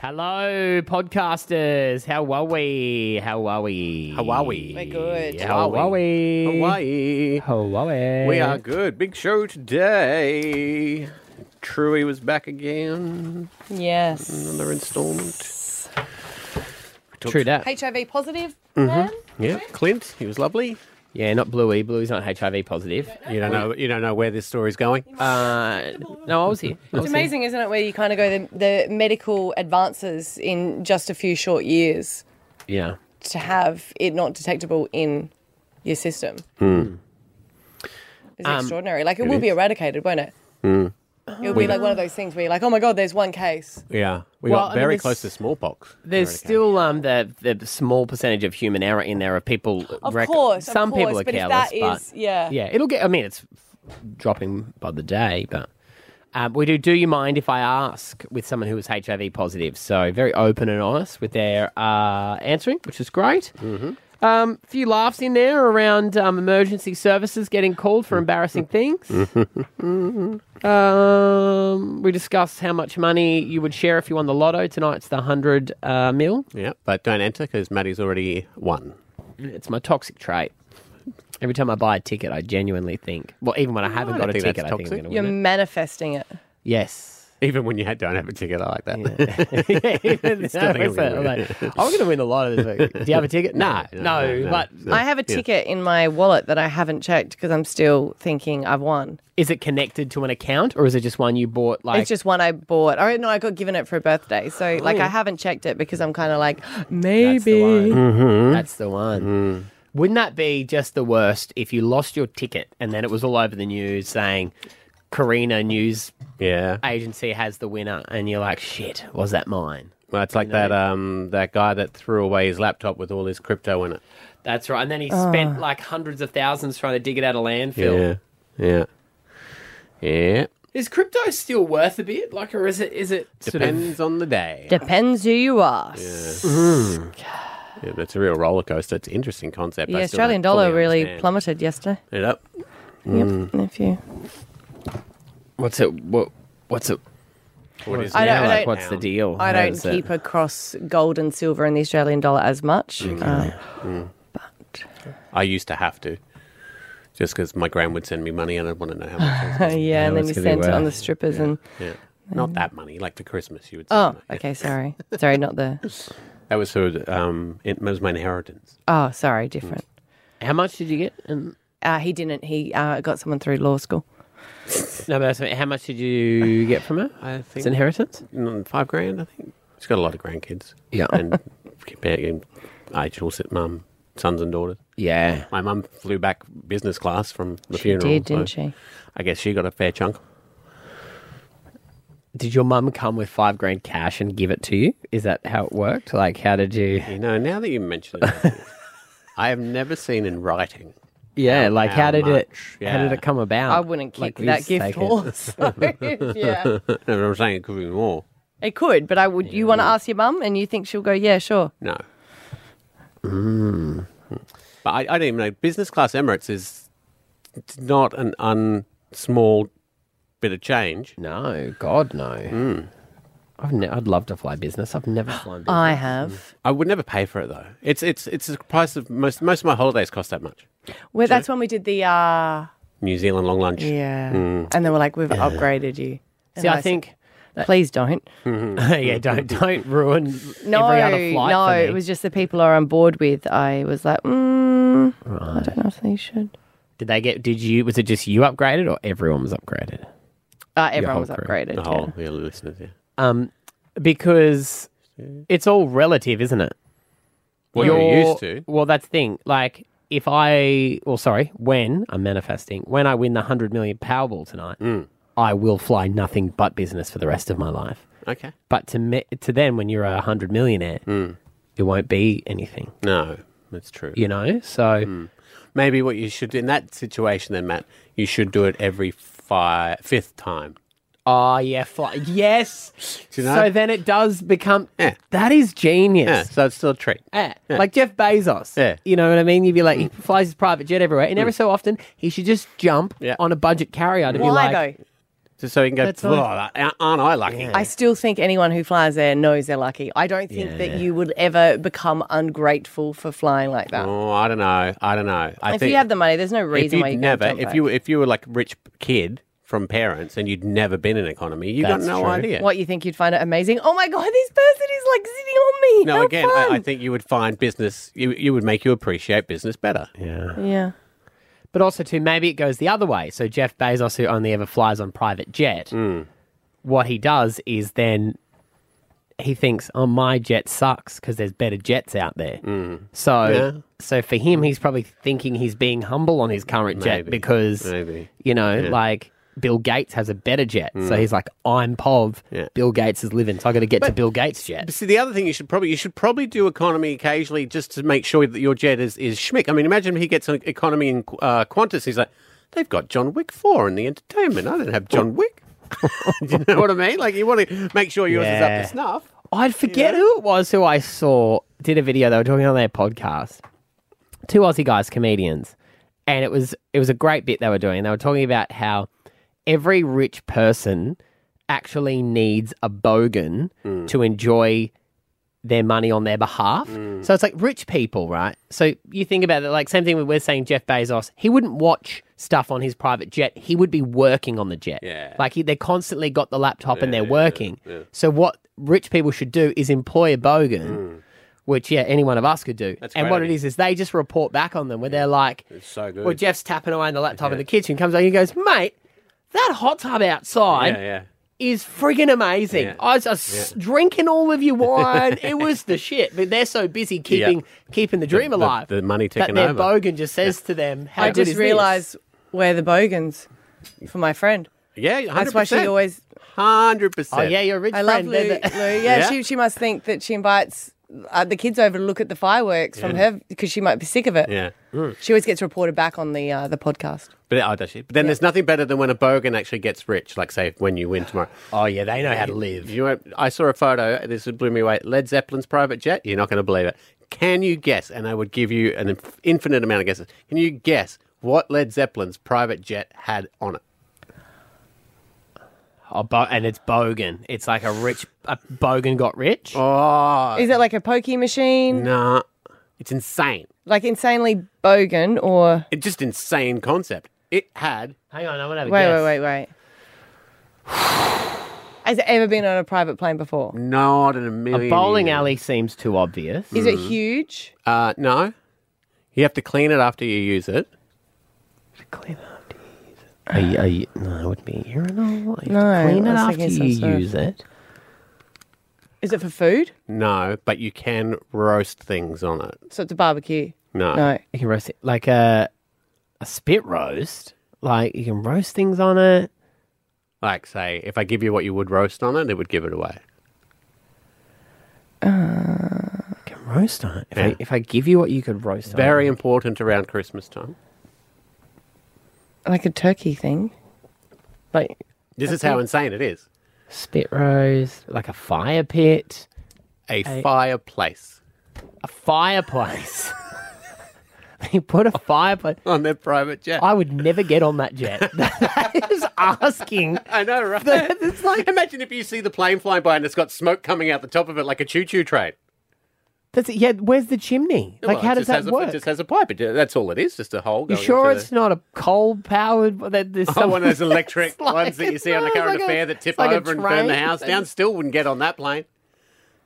Hello, podcasters. How are we? How are we? How are we? We're good. How are we? Hawaii. How are we? We are good. Big show today. Truey was back again. Yes. Another installment. True that. HIV positive man? Yeah, Clint. He was lovely. Yeah, not Bluey. Bluey's not HIV positive. You don't know. You don't know where this story's going. Uh, no, I was here. I was It's here. amazing, isn't it, where you kind of go the, the medical advances in just a few short years Yeah. to have it not detectable in your system. Hmm. It's extraordinary. Like, it, will be eradicated, won't it? Hmm. It'll be like one of those things where you're like, oh my God, there's one case. Yeah, we Well, I got mean, very there's- close to smallpox. There's Eradicated. still um, the the small percentage of human error in there of people. Of rec- course. some of course, people are but if careless, that is, but yeah. yeah, it'll get. I mean, it's dropping by the day, but um, we do. Do you mind if I ask with someone who is HIV positive? So very open and honest with their uh, answering, which is great. Mm-hmm. Um, few laughs in there around um, emergency services getting called Mm. for embarrassing things. Mm-hmm. um, we discussed how much money you would share if you won the lotto tonight's the hundred uh, mil. Yeah, but don't enter because Maddie's already won. It's my toxic trait. Every time I buy a ticket, I genuinely think. Well, even when I haven't I got don't a think that's ticket, I think I'm toxic. going to You're win it. manifesting it. Yes. Even when you had, don't have a ticket, I like that. Even Still though think I'm it's a- gonna win like, I'm going to win a lot of this. week. Do you have a ticket? No, no, No, no, no, But no. I have a Yeah. ticket in my wallet that I haven't checked because I'm still thinking I've won. is it connected to an account or is it just one you bought? Like, Oh. It's just one I bought. Oh no, I got given it for a birthday. So like I haven't checked it because I'm kind of like maybe. that's the one. That's the one. Wouldn't that be just the worst if you lost your ticket and then it was all over the news saying Karina News Yeah, Agency has the winner and you're like, shit, was that mine? well, it's like that um that guy that threw away his laptop with all his crypto in it. That's right. And then he Ah. spent like hundreds of thousands trying to dig it out of landfill. yeah, yeah. yeah. Is crypto still worth a bit? Like, or is it? Is it sort of- Depends on the Mm. day. Depends who you ask. Yeah, but it's a real roller coaster. It's an interesting concept. Mm. The I still Australian don't fully dollar really understand. plummeted yesterday. it up. Yep. If you, What's it? What? What's it? What is I it don't- now? I like, don't- what's the deal? I How don't does it- keep across gold and silver and the Australian dollar as much. Uh, Mm. I used to have to, just because my gran would send me money and I'd want to know how much. it was. yeah, and then it's you gonna be sent it on worth- the strippers and Yeah. Not that money, like for Christmas, you would. Send oh, me. okay, sorry, sorry, not the That was her. Um, it was my inheritance. oh, sorry, different. Mm. How much did you get? And Uh, he didn't. He uh, got someone through law school. no, but that's- how much did you get from her? I think It's inheritance. mm, five grand. I think she's got a lot of grandkids. Yeah. and and age all sit mum, sons and daughters. Yeah. My mum flew back business class from the She funeral. did, so didn't she? I guess she got a fair chunk. Did your mum come with five grand cash and give it to you? Is that how it worked? Like, how did you? You know, now that you mention it, I have never seen in writing. Yeah. like, how, how did it? much? How did Yeah. it come about? I wouldn't Like, kick that who's gift taken it? horse. yeah, No, I'm saying it could be more. it could, but I would. You want to ask your mum, and you think she'll go, "Yeah, sure." No. But I, I don't even know. Business class Emirates is it's not an un small bit of change. Hmm. No, God, no. I've ne- I'd love to fly business. I've never flown business. I have. I would never pay for it though. It's it's it's the price of most most of my holidays cost that much. Well, that's when we did the uh New Zealand long lunch. Hmm. yeah, Mm. and they were like, "We've upgraded you." And See, I said, think. please don't. Mm-hmm. yeah, don't don't ruin No, every other flight. no, for me. it was just the people I'm on board with. I was like, mm, I don't know if they should. Did they get? Did you? Was it just you upgraded, or everyone was upgraded? Uh, whole everyone was crew. upgraded. The whole yeah, listeners, yeah. Um, Because it's all relative, isn't it? What you're, Your- used to. Well, that's the thing. Like, if I, well, sorry, when I'm manifesting, when I win the hundred million Powerball tonight, Mm. I will fly nothing but business for the rest of my life. Okay. Mm. But to me, to them, when you're a hundred millionaire, it won't be anything, No, that's true. Hmm. you know. So Maybe what you should do in that situation then, Matt, you should do it every fi- fifth time. Oh yeah, fly. yes. Do you know? So then it does become Yeah. that is Yeah, genius. so it's still a treat. Yeah. Like Jeff Bezos. Yeah. Mm. You know what I mean? You'd be like, he flies his private jet everywhere. And every so often, he should just jump Yeah. on a budget carrier to be Why like, though? Just so he can go, That's "Blah, blah, blah, aren't I lucky? I still think anyone who flies there knows they're lucky. I don't think that you would ever become ungrateful for flying like that. Oh, I don't know. I don't know. I if think you have the money, there's no if reason you'd why you never, can't jump if back. you if you were like a rich kid from parents and you'd never been in economy, you got That's no true. idea. What you think you'd find it amazing? Oh my god, this person is like sitting on me. No, How again, fun. I, I think you would find business. You, you would make you appreciate business better. Yeah. yeah. But also, too, maybe it goes the other way. So Jeff Bezos, who only ever flies on private jet, Hmm. what he does is then he thinks, "Oh, my jet sucks because there's better jets out there." So, Hmm. Yeah. so for him, he's probably thinking he's being humble on his current jet Maybe. because Maybe. Hmm. you know, like. Bill Gates has a better jet, so he's like, "I'm POV. Yeah. Bill Gates is living, so I got to get to Bill Gates' jet." But see, the other thing you should probably you should probably do economy occasionally just to make sure that your jet is is schmick. I mean, imagine he gets an economy in uh, Qantas. He's like, they've got John Wick four in the entertainment. I don't have John Wick. do you know what I mean? Like, you want to make sure yours Yeah. is up to snuff. I'd forget who it was who I saw did a video. They were talking on their podcast. Two Aussie guys, comedians, and it was it was a great bit they were doing. They were talking about how every rich person actually needs a bogan to enjoy their money on their behalf. So it's like rich people, right? So you think about it, like same thing with we're saying Jeff Bezos, he wouldn't watch stuff on his private jet. He would be working on the jet. Yeah. Like he, they constantly got the laptop and they're working. So what rich people should do is employ a bogan. Which yeah, any one of us could do. Mm. That's a and great what it idea. is is they just report back on them where they're like, so good. "Well, Jeff's tapping away on the laptop in the kitchen." Comes over and goes, "Mate, that hot tub outside yeah, yeah. is friggin' amazing. Yeah. I was just drinking all of your wine. it was the shit. But they're so busy keeping keeping the dream The- alive. the money that ticking their over. bogan just says to them, "How I good just is realised where the bogans for my friend. Yeah, 100%. That's why she always. hundred This? Oh percent. yeah, your rich I love friend. Lou. they're Lou. the- Yeah, Yeah. She, she must think that she invites uh, the kids over to look at the fireworks from her because she might be sick of it. yeah. She always gets reported back on the uh, the podcast. But, oh, does she? but then there's nothing better than when a bogan actually gets rich. Like say when you win tomorrow. oh yeah, they know how to live. You know, I saw a photo. This would blow me away. Led Zeppelin's private jet. You're not going to believe it. Can you guess? And I would give you an inf- infinite amount of guesses. Can you guess what Led Zeppelin's private jet had on it? Oh, bo- and it's bogan. It's like a rich a bogan got rich. Oh, Is it like a pokey machine? nah. It's insane. Like insanely bogan or. It's just insane concept. It had. Hang on, I want to have a Wait, guess. wait, wait, wait. Has it ever been on a private plane before? Not in a million. A bowling years. Mm. alley seems too obvious. Is it huge? Uh, no. You have to clean it after you use it. Clean after you use it. Are you, are you, no, it wouldn't be a urinal. You No, have to clean I it was after thinking you some sort of- use it. Is it for food? No, but you can roast things on it. So it's a barbecue. No. No. You can roast it like a a spit roast. Like you can roast things on it. Like, say, if I give you what you would roast on it, it would give it away. Uh. You can roast on it. If, Yeah. I, if I give you what you could roast on Very it. important around Christmas time. Like a turkey thing. Like This is how insane it is. spit roast, like a fire pit, A fireplace a fireplace. They put a fireplace. on their private jet. I would never get on that jet. that is asking. I know, right? it's like imagine if you see the plane flying by and it's got smoke coming out the top of it like a choo-choo train. That's yeah. Where's the chimney? Like, Well, how it just does that has a, It work? just has a pipe. It, that's all it is. Just a hole. You going sure into it's not a coal powered? That there's the, some, one of those electric It's like- ones that you see on the it's current like a- affair that it's tip like a over and burn the train. house down? Still wouldn't get on that plane.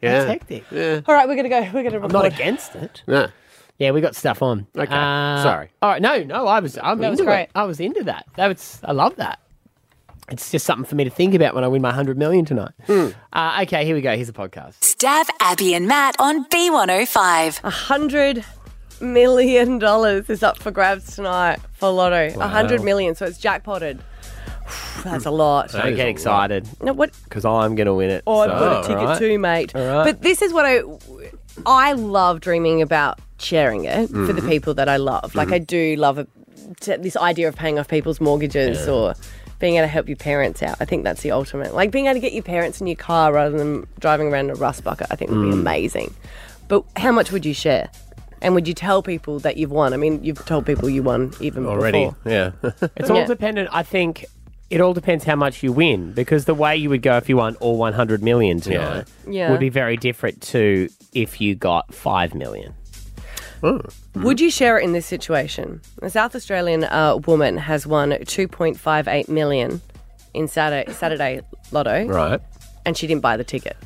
Yeah. That's hectic. All right, we're gonna go. We're gonna I'm not record. against it. No. Yeah, we got stuff on. Okay. Uh, Sorry. All right. No, no, I was. I'm That was into great. it. I was into that. That was. I love that. It's just something for me to think about when I win my hundred million tonight. Hmm. Uh, okay, here we go. Here's a podcast. Stab Abby and Matt on B105. hundred million dollars is up for grabs tonight for Lotto. A hundred Wow. million, so it's jackpotted. That's a lot. Don't get excited No, what? because I'm gonna win it. Oh, I've so- got a ticket Alright. too, mate. But this is what I, I love dreaming about sharing it for Mm-hmm. the people that I love. Like I do love a, t- this idea of paying off people's mortgages or being able to help your parents out. I think that's the ultimate. Like being able to get your parents in your car rather than driving around in a rust bucket. I think would Mm. be amazing. But how much would you share? And would you tell people that you've won? I mean, you've told people you won even Already. before. Yeah. It's all Yeah. dependent. I think It all depends how much you win because the way you would go if you won all 100 million tonight Yeah. would be very different to if you got 5 million. Mm-hmm. Would you share it in this situation? A South Australian uh, woman has won 2.58 million in Saturday, Saturday Lotto, Right. and she didn't buy the ticket.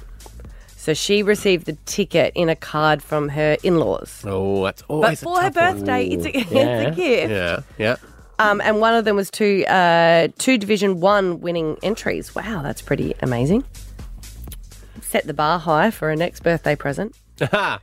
So she received the ticket in a card from her in-laws. Oh, that's But always a for her tough one. birthday, it's a, Yeah. it's a gift. Yeah, yeah. Um, and one of them was two uh, two Division One winning entries. Wow, Oh, that's pretty amazing. Set the bar high for her next birthday present.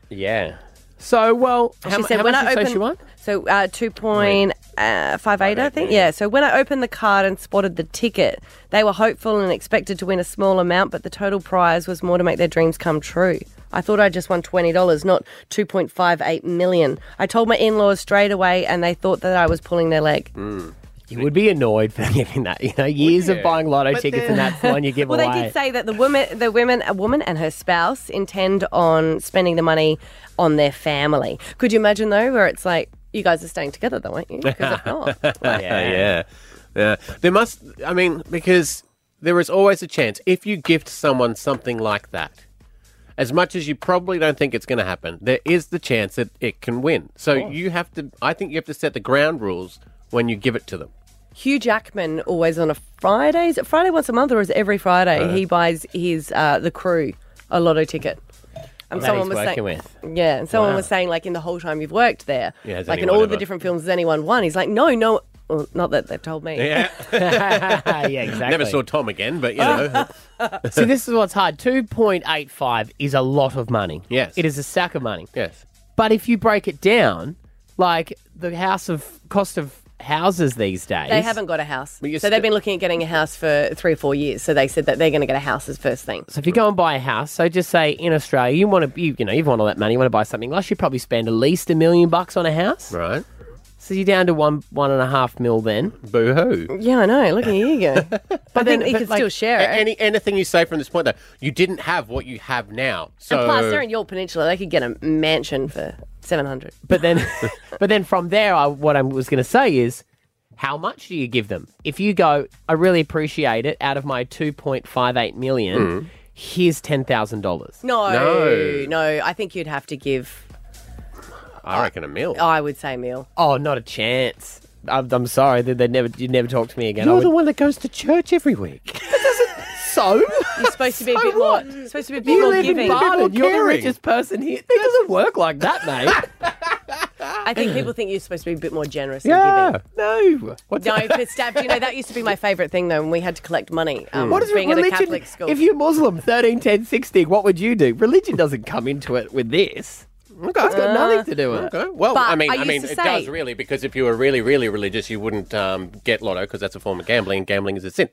Yeah. So, well, how, she mu- said, how "When much did I you open, say she won? so uh, two point uh, five eight, I think. Yeah. So when I opened the card and spotted the ticket, they were hopeful and expected to win a small amount, but the total prize was more to make their dreams come true. I thought I just won twenty dollars, not two point five eight million. I told my in-laws straight away, and they thought that I was pulling their leg. You would be annoyed for giving that. Hmm. You know, years of buying lotto tickets and that's the one you give Well, away. they did say that the woman, the women, a woman and her spouse intend on spending the money on their family. Could you imagine though, where it's like you guys are staying together, though, aren't you? Because if not, Yeah. yeah. Yeah. There must, I mean, because there is always a chance if you gift someone something like that, as much as you probably don't think it's going to happen, there is the chance that it can win. So you have to, I think you have to set the ground rules when you give it to them. Hugh Jackman always on a Friday. Is it Friday once a month, or is it every Friday Uh, he buys his uh, the crew a lotto ticket? And That he's working with. yeah, and someone was saying like in the whole time you've worked there, Yeah, has like in anyone all ever- the different films, has anyone won? He's like, no, no, well, not that they've told me. Yeah. Ah, yeah, exactly. Never saw Tom again, but you know. See, this is what's hard. 2.85 is a lot of money. Yes. It is a sack of money. yes. But if you break it down, like the house of cost of houses these days. They haven't got a house. But So you're they've sti- been looking at getting a house for three or four years. So they said that they're going to get a house as first thing. So if you go and buy a house, so just say in Australia, you want to, you, you know, you've won all that money, you want to buy something else, you probably spend at least a million bucks on a house. Right. So you're down to one, one and a half mil then. Boo hoo. Yeah, I know. Look at you go. But then you but can like- still share it. Any anything you say from this point, though, you didn't have what you have now. So and plus, they're in your peninsula. They could get a mansion for 700 But then, but then from there, I, what I was going to say is, how much do you give them? If you go, I really appreciate it. Out of my two point five eight million, here's ten thousand dollars. No, Hmm. No. no, I think you'd have to give, I reckon a mill. I would say, meal. Oh, not a chance. I'm, I'm sorry. They, they never, you'd never talk to me again. I would- one that goes to church every week. so You're supposed to be a bit what? more, supposed to be a bit you more live giving. in People Barton. You're the caring. richest person here. It doesn't work like that, mate. I think people think you're supposed to be a bit more generous and Yeah. giving. No. What's No, but Stab, you know, that used to be my favourite thing, though, when we had to collect money. Hmm. Um, What is being religion? at a Catholic school. If you're Muslim, 13, 10, 60, what would you do? Religion doesn't come into it with this. Okay. It's Uh, got nothing to do with it. Uh, Okay. Well, But Oh, I mean, I I, used mean, to it say- does really because if you were really, really religious, you wouldn't um, get lotto because that's a form of gambling, and gambling is a sin.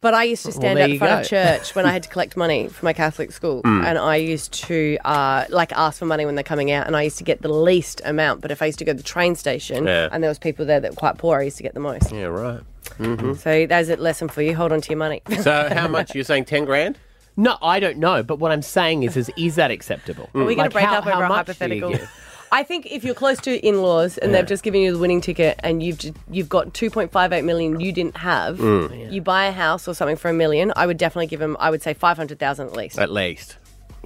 But I used to stand there out you in front of go. church when I had to collect money for my Catholic school, Mm. and I used to uh, like ask for money when they're coming out, and I used to get the least amount. But if I used to go to the train station Yeah. and there was people there that were quite poor, I used to get the most. Yeah. Right. Mm-hmm. So there's a lesson for you. Hold on to your money. Mm. So how much you're saying? Ten grand? No, I don't know. But what I'm saying is, is is that acceptable? Hmm. Are Mm. we going to break up over a hypothetical? I think if you're close to in-laws and they've just given you the winning ticket and you've ju- you've got 2.58 million you didn't have, Mm. you buy a house or something for a million. I would definitely give them. I would say 500,000 at least. At least.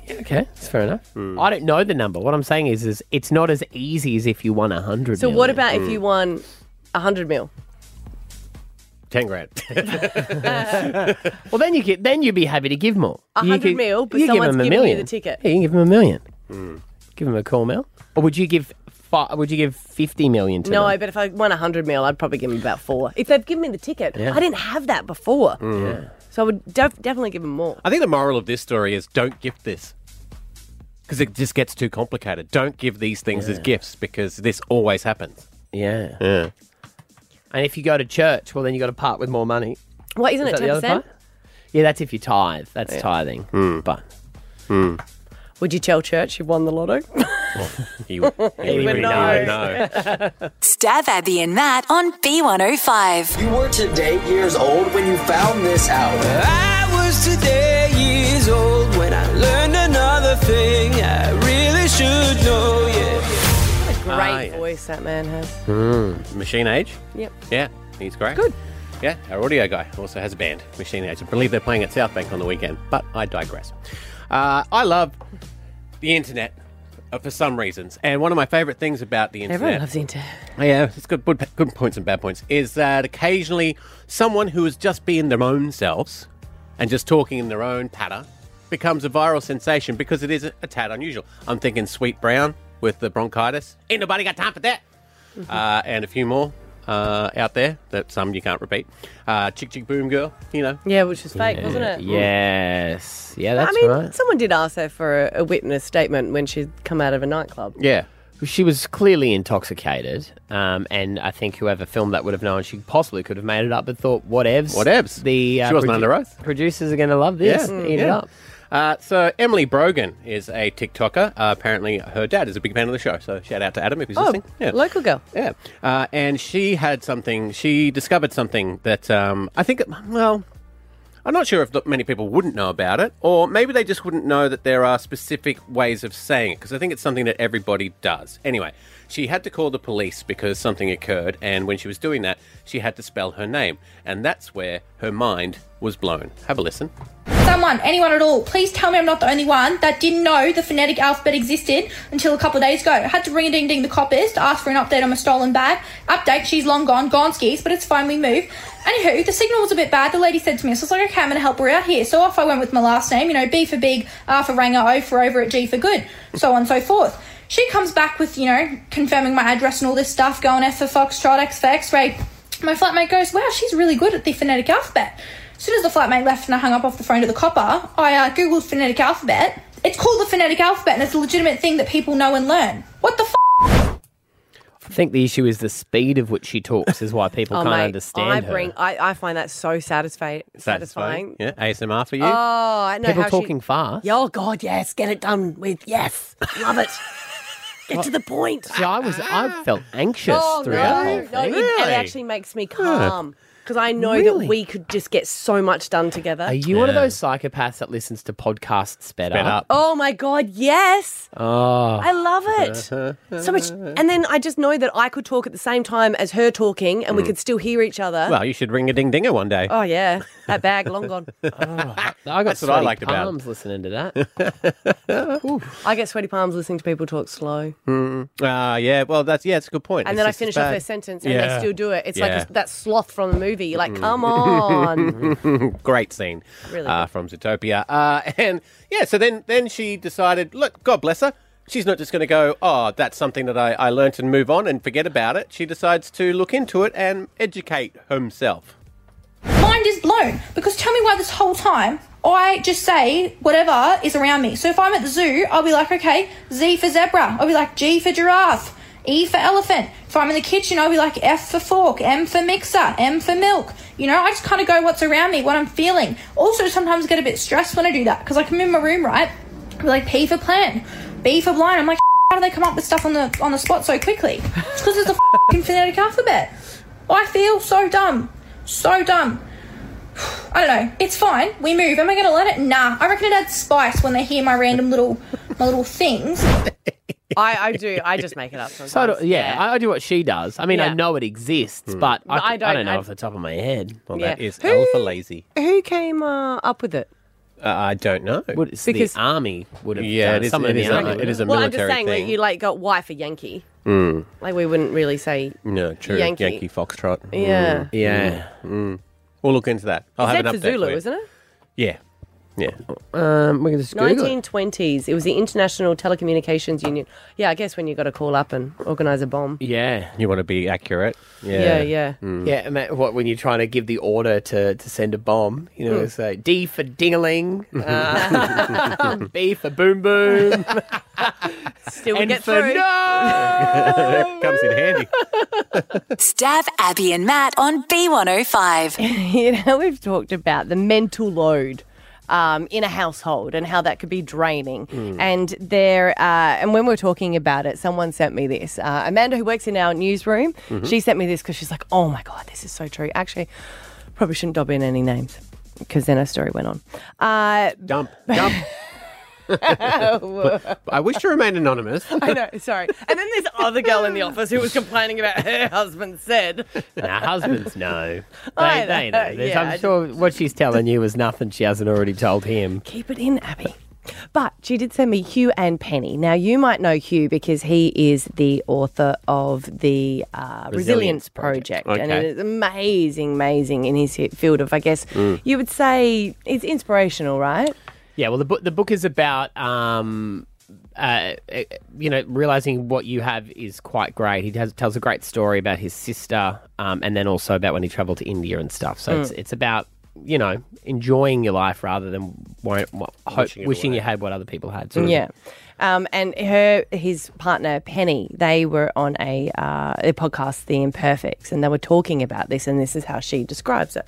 Hmm. Okay, that's fair enough. I don't know the number. What I'm saying is, is it's not as easy as if you won a hundred. So what about Hmm. Mm. if you won 100 mil? Ten grand. Well, then you get then you'd be happy to give more. A You hundred could- mil, but you give someone's them a giving you million. the ticket. Hmm. Yeah, you can give them a million. Give them a call, Mel. Or would you give? Fi- would you give fifty million to No, them? but if I won 100 mil, I'd probably give them about four. If they've given me the ticket, I didn't have that before. Mm. Mm-hmm. So I would def- definitely give them more. I think the moral of this story is don't gift this because it just gets too complicated. Don't give these things as gifts because this always happens. Yeah. Yeah. And if you go to church, well, then you got to part with more money. What, isn't Is that it the other 10%? part? Yeah, that's if you tithe. That's tithing. Hmm. But Would you tell church you won the lotto? He would, he would would know. know. Stab Abby and Matt on B105. You were today years old when you found this out. I was today years old when I learned another thing I really should know, yeah. Great Ah, yes. voice that man has. Machine Age? Yep. Yeah, he's great. Good. Yeah, our audio guy also has a band, Machine Age. I believe they're playing at South Bank on the weekend, but I digress. Uh, I love the internet uh, for some reasons, and one of my favourite things about the internet. Oh, Everyone loves Inter. Yeah, it's good, good, good points and bad points. Is that occasionally someone who is just being their own selves and just talking in their own patter becomes a viral sensation because it is a, a tad unusual. I'm thinking Sweet Brown with the bronchitis. Ain't nobody got time for that. Uh, and a few more uh, out there that some you can't repeat. Uh, Chick Chick Boom Girl, you know. Yeah, which was fake, wasn't it? Mm. Yes. Yeah, that's I mean, right. someone did ask her for a, a witness statement when she'd come out of a nightclub. Yeah. She was clearly intoxicated, um, and I think whoever filmed that would have known she possibly could have made it up, but thought, whatevs. Whatevs. The She wasn't under oath. Producers are going to love this. Yeah, and Eat it yeah. up. Uh, so Emily Brogan is a TikToker. Uh, apparently, her dad is a big fan of the show. So shout out to Adam if he's Oh, listening. Yeah. local girl. Yeah, uh, and she had something. She discovered something that um, I think. Well, I'm not sure if that many people wouldn't know about it, or maybe they just wouldn't know that there are specific ways of saying it because I think it's something that everybody does. Anyway, she had to call the police because something occurred, and when she was doing that, she had to spell her name, and that's where her mind was blown. Have a listen. Someone, anyone at all, please tell me I'm not the only one that didn't know the phonetic alphabet existed until a couple of days ago. I had to ring a ding ding the coppers to ask for an update on my stolen bag. Update, she's long gone, gone skis, but it's fine, we move. Anywho, the signal was a bit bad. The lady said to me, so I was like, okay, I'm going to help her out here. So off I went with my last name, you know, B for big, R for Ranger, O for over at G for good, so on and so forth. She comes back with, you know, confirming my address and all this stuff, going F for Foxtrot, X for X-ray, my flatmate goes, wow, she's really good at the phonetic alphabet. As soon as the flatmate left and I hung up off the phone to the copper, I uh, googled phonetic alphabet. It's called the phonetic alphabet and it's a legitimate thing that people know and learn. What the f? I think the issue is the speed of which she talks is why people Oh, can't mate, understand I her. bring. I, I find that so satisfi- satisfying. Yeah, ASMR for you. Oh, I know People how talking She, fast. Yeah, oh God, yes, get it done with yes, love it. Get to the point. Ah. See, I was, I felt anxious Oh no, throughout the no, whole it, thing. it Really? actually makes me calm because I know Really? that we could just get so much done together. Are you one of those psychopaths that listens to podcasts Sped sped, up. Oh my God, yes. Oh, I love it. so much. And then I just know that I could talk at the same time as her talking Mm. and we could still hear each other. Well, you should ring a ding dinger one day. oh, yeah. That bag, long gone. I got That's what I sweaty liked about it. palms listening to that. I get sweaty palms listening to people talk slow. Ah, yeah. Well, that's yeah. It's a good point. It's And then I just as finish off bad. her sentence and Yeah. they still do it. It's Yeah. like a, that sloth from the movie. You're like, come on. Mm. Great scene Really uh, good. from Zootopia. Uh, and yeah, so then then she decided. Look, God bless her. She's not just going to go. Oh, that's something that I, I learnt and move on and forget about it. She decides to look into it and educate herself. Mind is blown because tell me why this whole time I just say whatever is around me. So if I'm at the zoo, I'll be like, okay, Z for zebra. I'll be like, G for giraffe. E for elephant. If I'm in the kitchen, I'll be like F for fork, M for mixer, M for milk. You know, I just kind of go what's around me, what I'm feeling. Also, sometimes I get a bit stressed when I do that because like I'm in my room, right? I'll be like P for plan, B for blind. I'm like, how do they come up with stuff on the on the spot so quickly? It's because it's a fucking phonetic alphabet. I feel so dumb, so dumb. I don't know. It's fine. We move. Am I going to learn it? Nah. I reckon it adds spice when they hear my random little, my little things. I, I do. I just make it up sometimes. So do, yeah, I I do what she does. I mean, I Yeah. know it exists, but I, But c- I I don't, don't- know I- off the top of my head. Well, that Yeah. is Who- alpha lazy. Who came uh, up with it? Uh, I don't know. Would- it's Because- the army would have Yeah, done it is- someone it in is the a- army. would it is have. a well, I'm military just saying thing. that you like got Y for Yankee. Like we wouldn't really say. Mm. no, true. Yankee, Yankee. foxtrot. Mm. Yeah. yeah. We'll look into that. I'll have Zed an for update. Zulu, for you. isn't it? Yeah, yeah. Um, we can just Google it. 1920s. It was the International Telecommunications Union. Yeah, I guess when you got to call up and organise a bomb. Yeah, You want to be accurate. Yeah, yeah. yeah. And that, what when you're trying to give the order to, to send a bomb, you Hmm. know, say D for dingaling, uh, B for boom boom, Still we N get for through. no. Oh, comes in handy. Stab Abby and Matt on B105. You know, we've talked about the mental load. Um, in a household and how that could be draining Mm. and there uh, and when we we're talking about it someone sent me this uh, amanda who works in our newsroom Mm-hmm. she sent me this because she's like oh my god this is so true actually probably shouldn't dob in any names because then her story went on uh, Dump, dump. I wish to remain anonymous. I know, sorry. And then this other girl in the office who was complaining about her husband said, Nah, husbands know. They, I they know, know. There's- Uh, yeah, I'm I just- sure what she's telling you is nothing she hasn't already told him. Keep it in, Abby. But she did send me Hugh and Penny. Now, you might know Hugh because he is the author of the uh, Resilience, Resilience Project. Project. And Okay. it is amazing, amazing in his field of, I guess, Mm. you would say it's inspirational, right? Yeah, well, the book the book is about um, uh, uh, you know realizing what you have is quite great. He has, tells a great story about his sister, um, and then also about when he traveled to India and stuff. So Mm. it's it's about you know enjoying your life rather than wor- wor- hope, wishing, you had what other people had. sort of. Yeah. Um, and her, his partner Penny, they were on a, uh, a podcast, The Imperfects, and they were talking about this, and this is how she describes it.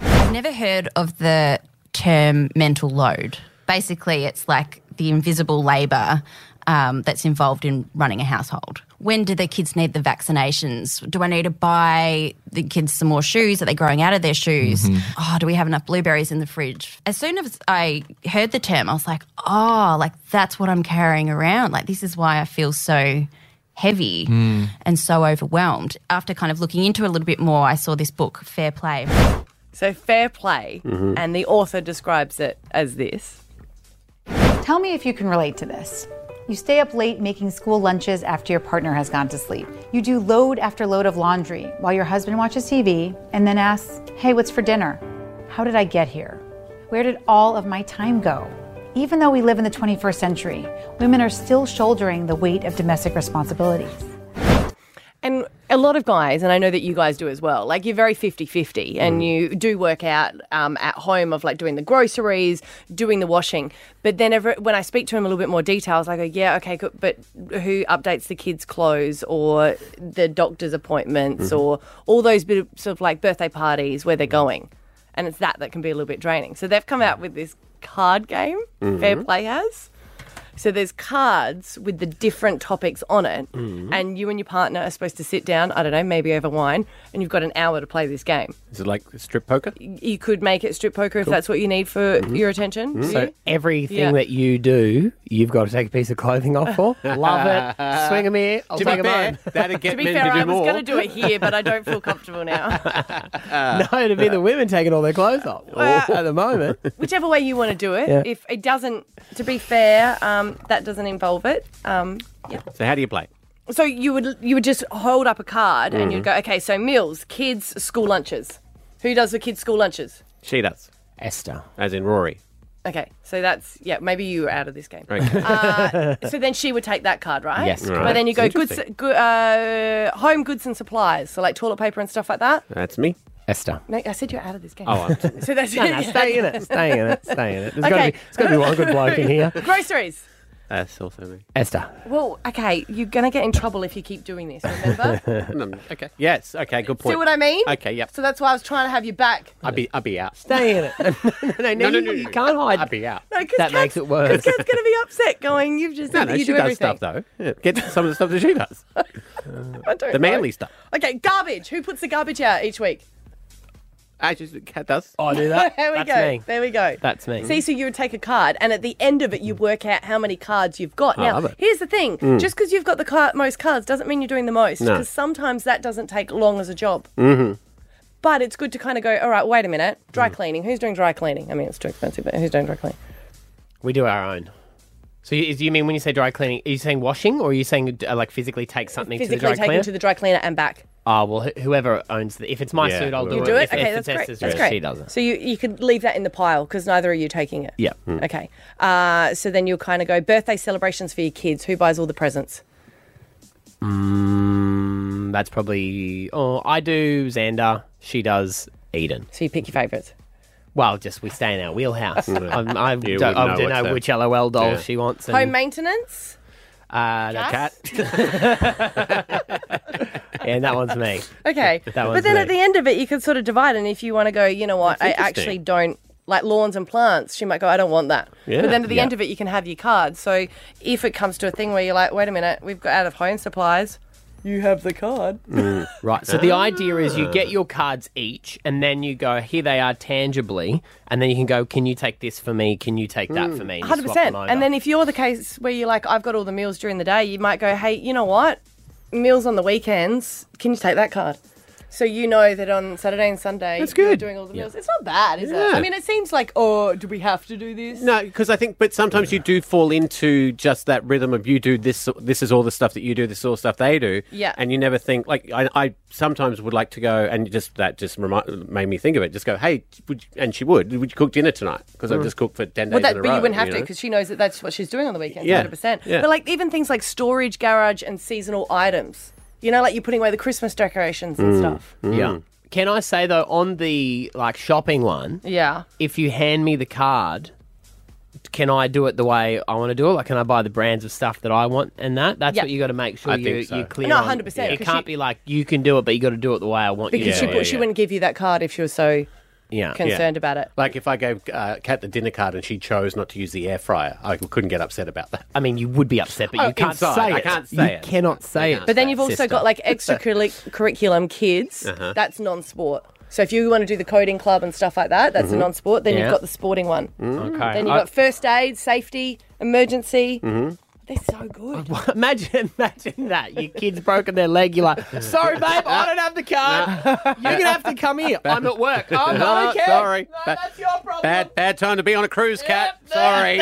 I've never heard of the term mental load. Basically, it's like the invisible labour um, that's involved in running a household. When do the kids need the vaccinations? Do I need to buy the kids some more shoes? Are they growing out of their shoes? Oh, do we have enough blueberries in the fridge? As soon as I heard the term, I was like, oh, like that's what I'm carrying around. Like, this is why I feel so heavy Mm. and so overwhelmed. After kind of looking into it a little bit more, I saw this book, Fair Play. So fair play, and the author describes it as this. Tell me if you can relate to this. You stay up late making school lunches after your partner has gone to sleep. You do load after load of laundry while your husband watches TV and then asks, Hey, what's for dinner? How did I get here? Where did all of my time go? Even though we live in the 21st century, women are still shouldering the weight of domestic responsibilities. And a lot of guys, and I know that you guys do as well, like you're very 50 50 and you do work out um, at home of like doing the groceries, doing the washing. But then every, when I speak to him a little bit more details, I go, yeah, okay, good, but who updates the kids' clothes or the doctor's appointments or all those bit of sort of like birthday parties where they're going? And it's that that can be a little bit draining. So they've come out with this card game, Fair Play has. So there's cards with the different topics on it, Mm. and you and your partner are supposed to sit down. I don't know, maybe over wine, and you've got an hour to play this game. Is it like strip poker? Mm. You could make it strip poker if that's what you need for Mm-hmm. your attention. do So you? everything Yeah. that you do, you've got to take a piece of clothing off for. Love it. Swing 'em here. I'll to take be 'em fair, home. that'd get to be men fair, to do I was more. going to do it here, but I don't feel comfortable now. No, it'd be the women taking all their clothes off at the moment. Whichever way you want to do it. Yeah. If it doesn't, to be fair, um, that doesn't involve it. Um, so how do you play? so you would you would just hold up a card and Mm. you'd go, okay, so meals, kids, school lunches. Who does the kids' school lunches? She does, Esther. as in Rory. Okay, so that's yeah. Maybe you were out of this game. Uh, Okay. So then she would take that card, right? Yes, But correct. then you go That's goods, interesting. go, uh, home goods and supplies, so like toilet paper and stuff like that. That's me. Esther. No, I said you're out of this game. Oh, I'm- so that's No, no, stay in it, stay in it, stay in it. There's Okay. got to be, there's got to be one good bloke in here. Groceries. that's also me. Esther. Well, okay, you're gonna get in trouble if you keep doing this. Remember? Okay. Yes. Okay. Good point. See what I mean? Okay. Yep. So that's why I was trying to have you back. I'd be. I'd be out. Stay in it. No, no, no, no, you, you can't I'd hide. be out. No, 'cause That makes Kat's- it worse. 'cause Kat's gonna be upset. Going, you've just No, said no, that you she do does everything. stuff though. Yeah, Get some of the stuff that she does. I don't The know. manly stuff. Okay, garbage. Who puts the garbage out each week? I just cat does. Oh, I do that. There we That's go. me. There we go. That's me. See, so you would take a card, and at the end of it, you work out how many cards you've got. now, love it. Mm. here's the thing: just because you've got the car- most cards doesn't mean you're doing the most. No. Because sometimes that doesn't take long as a job. Mm-hmm. But it's good to kind of go. All right, wait a minute. Dry Mm. cleaning. Who's doing dry cleaning? I mean, it's too expensive, but who's doing dry cleaning? We do our own. So you, do you mean when you say dry cleaning, are you saying washing or are you saying uh, like physically take something to the Physically dry taking cleaner? to the dry cleaner and back. oh, well, wh- whoever owns the... If it's my Yeah, suit, I'll do You it. Do it. If, okay, if that's it's great. Esther's That's dress, great. She doesn't. So you you could leave that in the pile because neither are you taking it. Yeah. Okay. Uh, so then you'll kind of go birthday celebrations for your kids. Who buys all the presents? Mm, that's probably... Oh, I do Xander. She does Eden. So you pick your favourites. Well, just we stay in our wheelhouse. I'm, I You don't, I wouldn't know don't know, what's which there. LOL doll Yeah. she wants. And, Home maintenance. uh, the cat. and that one's me. Okay. one's but then at me. the end of it, you could sort of divide. And if you want to go, you know what, I interesting. actually don't like lawns and plants, she might go, I don't want that. Yeah. But then at the Yeah. end of it, you can have your card. So if it comes to a thing where you're like, wait a minute, we've got out of home supplies, You have the card. Mm. Right. So the idea is you get your cards each, and then you go, here they are tangibly, and then you can go, can you take this for me? Can you take that Mm. for me? And you Mm. Hundred swap percent. them And over. then if you're the case where you're like, I've got all the meals during the day, you might go, Hey, you know what? Meals on the weekends. Can you take that card? So you know that on Saturday and Sunday, That's you're good. doing all the meals. It's not bad, is Yeah. it? I mean, it seems like, oh, do we have to do this? No, because I think, but sometimes you do fall into just that rhythm of you do this. This is all the stuff that you do. This is all the stuff they do. Yeah. and you never think like I. I sometimes would like to go and just that just remi- made me think of it. Just go, hey, would you, and she would. Would you cook dinner tonight? Because I've just cooked for ten days Mm. Well, that, in a but row. you wouldn't have to know? because she knows that that's what she's doing on the weekends, Yeah. 100%. Yeah. But like even things like storage, garage, and seasonal items. You know, like you're putting away the Christmas decorations Mm. and stuff. Yeah. Can I say though on the like shopping one, Yeah. if you hand me the card, can I do it the way I want to do it? Like, can I buy the brands of stuff that I want and that? That's Yeah. what you got to make sure I you, think so. you're clear No, on. 100%, It 'cause can't she- be like, you can do it, but you got to do it the way I want Because you she, to put do it. she wouldn't give you that card if she was so Yeah. concerned about it. Like if I gave uh, Kat the dinner card and she chose not to use the air fryer, I couldn't get upset about that. I mean, you would be upset, but Oh, you can't inside. say I it. can't say you it. cannot say it. But then you've also sister. Uh-huh. got like extra curric- curriculum kids. That's non-sport. So if you want to do the coding club and stuff like that, that's a non-sport. Then Mm-hmm. Yeah. Mm. you've got the sporting one. Mm. Okay. Then you've got first aid, safety, emergency. Mm-hmm. They're so good. I- imagine, imagine that your kid's broken their leg. You're like, sorry, babe, I don't have the card. You're gonna have to come here. I'm at work. Oh, no, I No, don't care. sorry. No, Ba- that's your problem. Bad, bad time to be on a cruise, Kat. Yep. Sorry.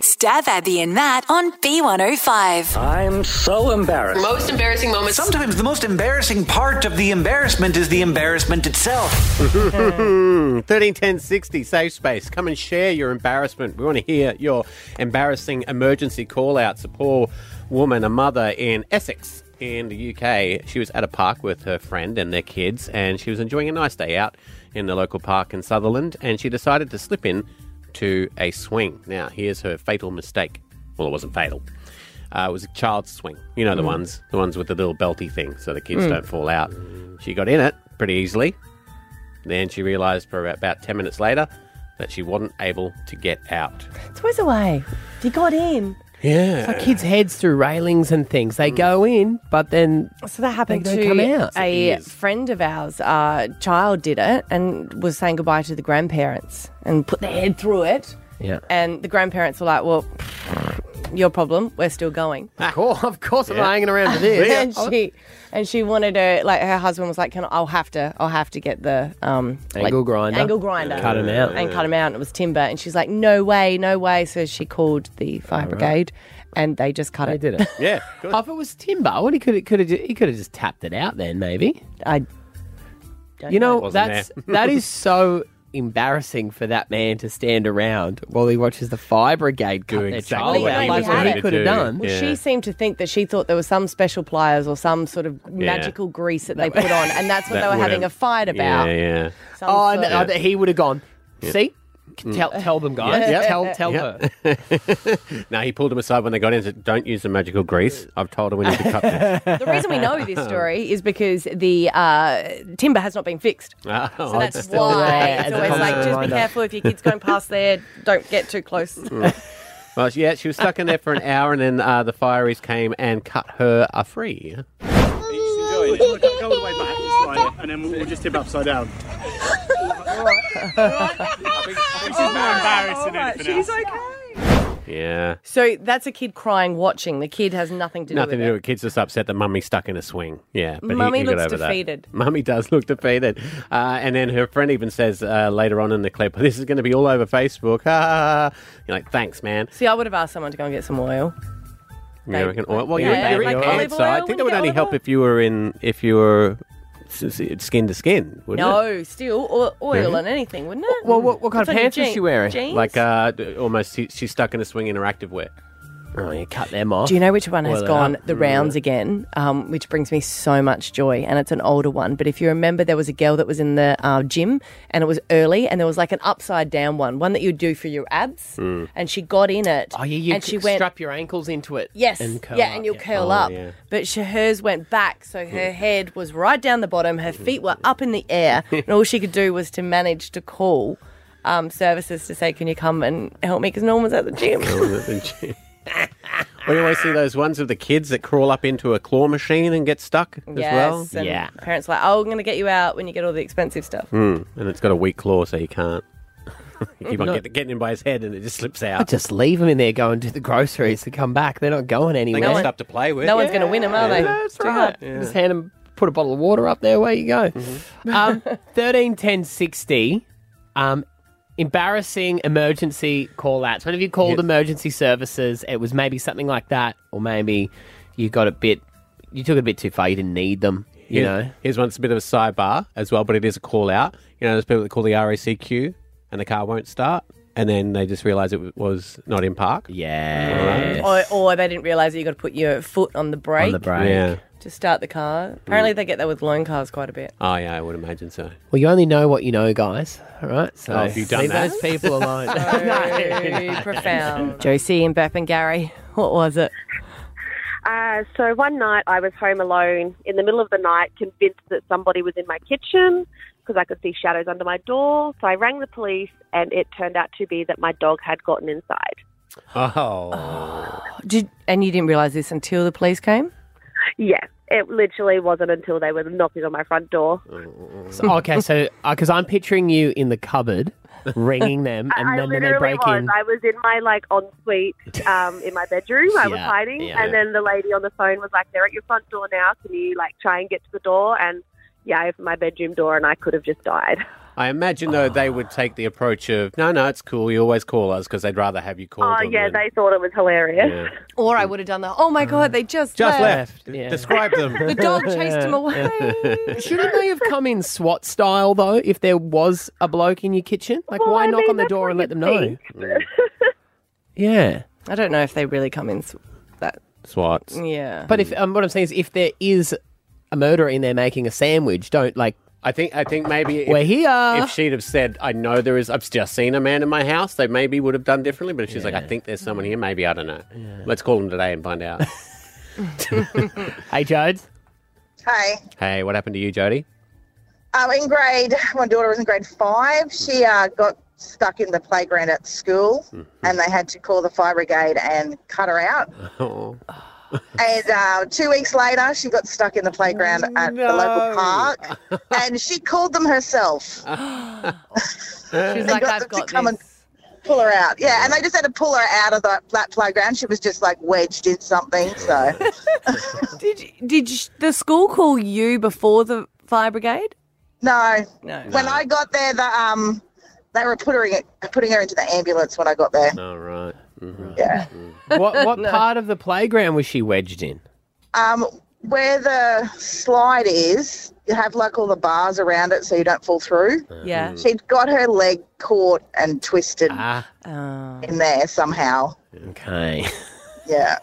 Stab Abby and Matt on B105. I'm so embarrassed. Most embarrassing moments. Sometimes the most embarrassing part of the embarrassment is the embarrassment itself. Thirteen ten sixty safe space. Come and share your embarrassment. We want to hear your embarrassing emergency call outs. A poor woman, a mother in Essex in the UK. She was at a park with her friend and their kids, and she was enjoying a nice day out in the local park in Sutherland, and she decided to slip in to a swing. Now, here's her fatal mistake. Well, it wasn't fatal. Uh, it was a child's swing. You know the Hmm. ones, the ones with the little belty thing, so the kids don't fall out. She got in it pretty easily, then she realised for about 10 minutes later that she wasn't able to get out. It's always a way. If you got in. Yeah. Mm. Like kids' heads through railings and things. They go in, but then So that happened They don't to come out. a Yes. friend of ours. Uh, child did it and was saying goodbye to the grandparents and put their head through it. yeah. And the grandparents were like, "Well, your problem. We're still going." Of course, of course, I'm not hanging around for this. and she and she wanted to like her husband was like, "Can I- I'll have to I'll have to get the um like, Angle grinder. angle grinder, Cut 'em out. and cut him out." And it was timber, and she's like, "No way, no way!" So she called the fire brigade, and they just cut I it. did it. Yeah. Oh, if it was timber, what he could could have he could have just tapped it out then maybe. I You know, Wasn't that's that is so embarrassing for that man to stand around while he watches the fire brigade cut Do their exactly child what out. he Like Oh, was what trying he to could have do. done. Well, Yeah. she seemed to think that she thought there was some special pliers or some sort of magical grease that they put on, and that's what That they were would having have- a fight about. Yeah, yeah. Some Oh, and sort uh, of- that he would have gone. See, tell tell them guys. Yeah. Tell tell her. Now he pulled them aside when they got in and said, Don't use the magical grease. I've told her we need to cut this. the reason we know this story is because the uh, timber has not been fixed. Oh, So that's still there why as a it's always like, constant just be reminder. careful if your kid's going past there. Don't get too close. Hmm. well, she- yeah, she was stuck in there for an hour and then uh, the fireys came and cut her a free. And then we'll just tip upside down. Oh, Yeah. So that's a kid crying, watching. The kid has nothing to do Nothing to with do it. with kids just upset that mummy's stuck in a swing. Yeah, but he- Mummy he got looks over that. defeated. Mummy does look defeated, uh, and then her friend even says uh, later on in the clip, "This is going to be all over Facebook." Ah, you're like, "Thanks, man." See, I would have asked someone to go and get some oil. You They- reckon- well, well, yeah, you're, like you're in, olive so I oil, think wouldn't that would you only olive help oil? if you were in if you were s- s- skin to skin, wouldn't it? No, still o- oil Yeah. on anything, wouldn't it? Well, what, what kind It's of on your pants was je- she wearing? Jeans? Like uh, d- almost, she, she's stuck in a swing in her activewear. Oh, you cut them off. uh, Do you know which one has Oil it gone up. the rounds again? Um, which brings me so much joy, and it's an older one. But if you remember, there was a girl that was in the uh, gym, and it was early, and there was like an upside down one, one that you do for your abs, and she got in it. Hmm. Oh yeah, you and she c- went. strap your ankles into it. Yes. and curl yeah, up, and you'll yeah. Hmm. curl Oh, up. yeah. But she, hers went back, so her head was right down the bottom. Her feet were up in the air, and all she could do was to manage to call um, services to say, "Can you come and help me?" Because no one was at the gym. Or the- the- We always see those ones of the kids that crawl up into a claw machine and get stuck as yes. well. And Parents are like, oh, I'm going to get you out when you get all the expensive stuff. Mm, and it's got a weak claw, so you can't. you keep on No. getting, getting him by his head, and it just slips out. I just leave them in there, go and do the groceries, and come back. They're not going They anywhere. got stuff to play with. No one's going to win them, are Yeah, they? that's Too right. hard. Just hand them, put a bottle of water up there. Away you go. Mm-hmm. Um, Thirteen ten sixty. Um, embarrassing emergency call outs. Whenever you called emergency services, it was maybe something like that, or maybe you got a bit, you took it a bit too far. You didn't need them. You Here's- know. Here's one that's a bit of a sidebar as well, but it is a call out. You know, there's people that call the RACQ and the car won't start, and then they just realise it w- was not in park. Yeah. Or, or they didn't realise that you got to put your foot on the brake. brake. Yeah. To start the car. Apparently, they get that with loan cars quite a bit. Oh, yeah, I would imagine so. Well, you only know what you know, guys. All right. So Oh, have you done leave that? those people alone. So profound. Um, Josie and Beth and Gary, what was it? Uh, so one night I was home alone in the middle of the night, convinced that somebody was in my kitchen because I could see shadows under my door. So I rang the police, and it turned out to be that my dog had gotten inside. Oh. Did and you didn't realise this until the police came? Yes, it literally wasn't until they were knocking on my front door. So- oh, okay, so because I'm picturing you in the cupboard, ringing them, and I then, then they literally break was. in. I was in my like ensuite um, in my bedroom. I was Yeah, hiding, yeah. and then the lady on the phone was like, "They're at your front door now. Can you like try and get to the door?" And yeah, I opened my bedroom door, and I could have just died. I imagine, though, they would take the approach of, no, no, it's cool. You always call us because they'd rather have you call. oh yeah, they thought it was hilarious. Or I would have done the oh my god, they just Just left. left. Describe them. The dog chased him away. Shouldn't they have come in SWAT style though? If there was a bloke in your kitchen, like Well, why I knock mean, on the that's door what and let them you'd know? Yeah. I don't know if they really come in s- that. SWATs. Yeah. But if um, what I'm saying is, if there is a murderer in there making a sandwich, don't like. I think I think maybe if, We're here. If she'd have said, "I know there is," I've just seen a man in my house. They maybe would have done differently. But if she's like, "I think there's someone here," maybe I don't know. Let's call them today and find out. hey, Jodes. Hey, Hey, what happened to you, Jody? um, in grade, my daughter was in grade five. She uh, got stuck in the playground at school, and they had to call the fire brigade and cut her out. Oh, And uh, two weeks later, she got stuck in the playground at the local park, and she called them herself. She's They like, got I've them got to come this. and pull her out. Yeah, and they just had to pull her out of that, that playground. She was just like wedged in something. So Did you- did you- the school call you before the fire brigade? no, No. When No. I got there, the um, they were putting it, putting her into the ambulance when I got there. all right. Mm-hmm. Yeah. What what part of the playground was she wedged in? Um, where the slide is, you have like all the bars around it so you don't fall through. Yeah. She'd got her leg caught and twisted Ah. in there somehow. Okay. Yeah.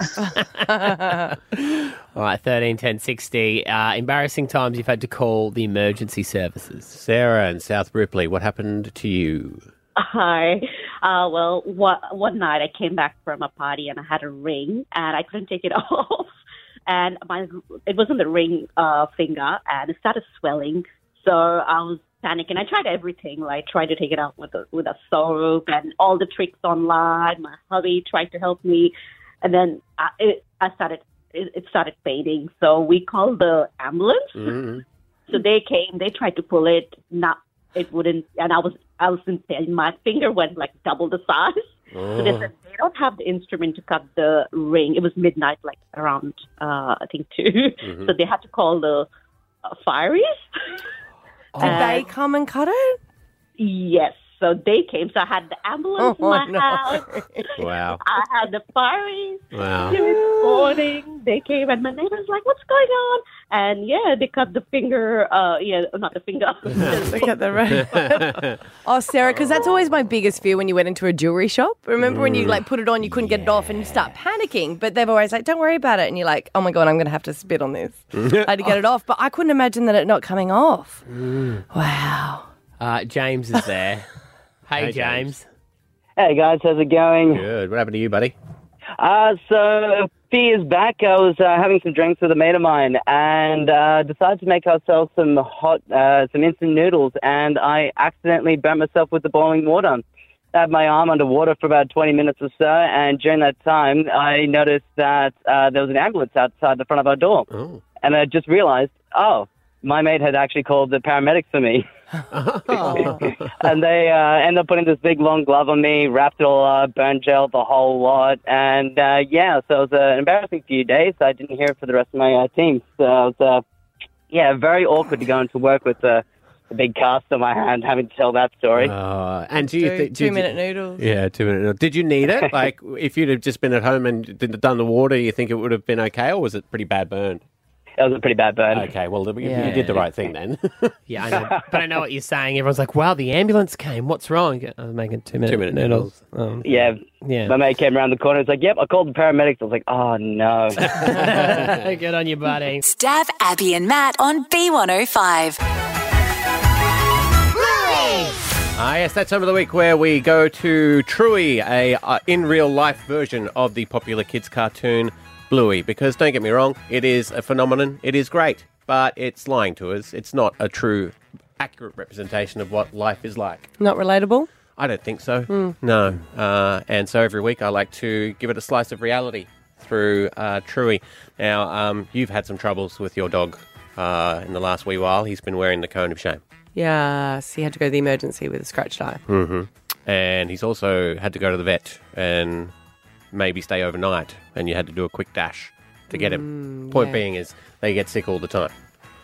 All right, 13, 10, 60. Uh, embarrassing times you've had to call the emergency services. Sarah and South Ripley, what happened to you? Hi. Uh, well, what, one night I came back from a party and I had a ring and I couldn't take it off. And my it was on the ring uh, finger and it started swelling. So I was panicking. I tried everything, like tried to take it out with a, with a soap and all the tricks online. My hubby tried to help me, and then I, it, I started it, it started fading. So we called the ambulance. So they came, they tried to pull it, not it wouldn't, and I was I was in pain. My finger went like double the size. So Oh. they said they don't have the instrument to cut the ring. It was midnight, like around uh, I think 2 Mm-hmm. Mhm. So they had to call the uh, fireys. Did they come and cut it? Yes. So they came. So I had the ambulance Oh, in my no. house. Wow. I had the fireys. Ah. Wow. It was morning. They came and my neighbor's like, "What's going on?" And yeah, they cut the finger. Uh, yeah, not the finger. Look at the Oh, Sarah, because that's always my biggest fear when you went into a jewelry shop. Remember when you like put it on, you couldn't get it off, and you start panicking. But they're always like, "Don't worry about it," and you're like, "Oh my god, I'm going to have to spit on this." I had to get it off, but I couldn't imagine that it not coming off. Wow. Mm. Uh, James is there. hey, James. Hey guys, how's it going? Good. What happened to you, buddy? Uh, so a few years back, I was uh, having some drinks with a mate of mine, and uh, decided to make ourselves some hot, uh, some instant noodles, and I accidentally burnt myself with the boiling water. I had my arm underwater for about 20 minutes or so, and during that time, I noticed that uh, there was an ambulance outside the front of our door. Oh. And I just realized, oh, my mate had actually called the paramedics for me. and they uh, ended up putting this big long glove on me, wrapped it all up, burn gel the whole lot. And uh, yeah, so it was an embarrassing few days. I didn't hear it for the rest of my uh, team. So it was, uh, yeah, very awkward to go into work with a, a big cast on my hand, having to tell that story. Uh, and do you Two- think? two-minute noodles. Yeah, two minute noodles. Did you need it? like, if you'd have just been at home and did- done the water, you think it would have been okay, or was it pretty bad burn? It was a pretty bad burn. Okay, well, you- Yeah. you did the right thing then. Yeah, I know. but I know what you're saying. Everyone's like, "Wow, the ambulance came. What's wrong?" I was making two minute, Two-minute noodles. Um, Yeah. Yeah. My mate came around the corner. It's like, yep, I called the paramedics. I was like, oh no. Good on you, buddy. Stab Abby and Matt on B105. Ah, yes, that time of the week where we go to Truey, a uh, in real life version of the popular kids cartoon Bluey. Because don't get me wrong, it is a phenomenon. It is great, but it's lying to us. It's not a true, accurate representation of what life is like. Not relatable. I don't think so. Hmm. No. Uh, and so every week I like to give it a slice of reality through uh, Truey. Now, um, you've had some troubles with your dog uh, in the last wee while. He's been wearing the cone of shame. Yes, he had to go to the emergency with a scratched eye. hmm And he's also had to go to the vet and maybe stay overnight. And you had to do a quick dash to get him. Mm, Point yeah. being is they get sick all the time.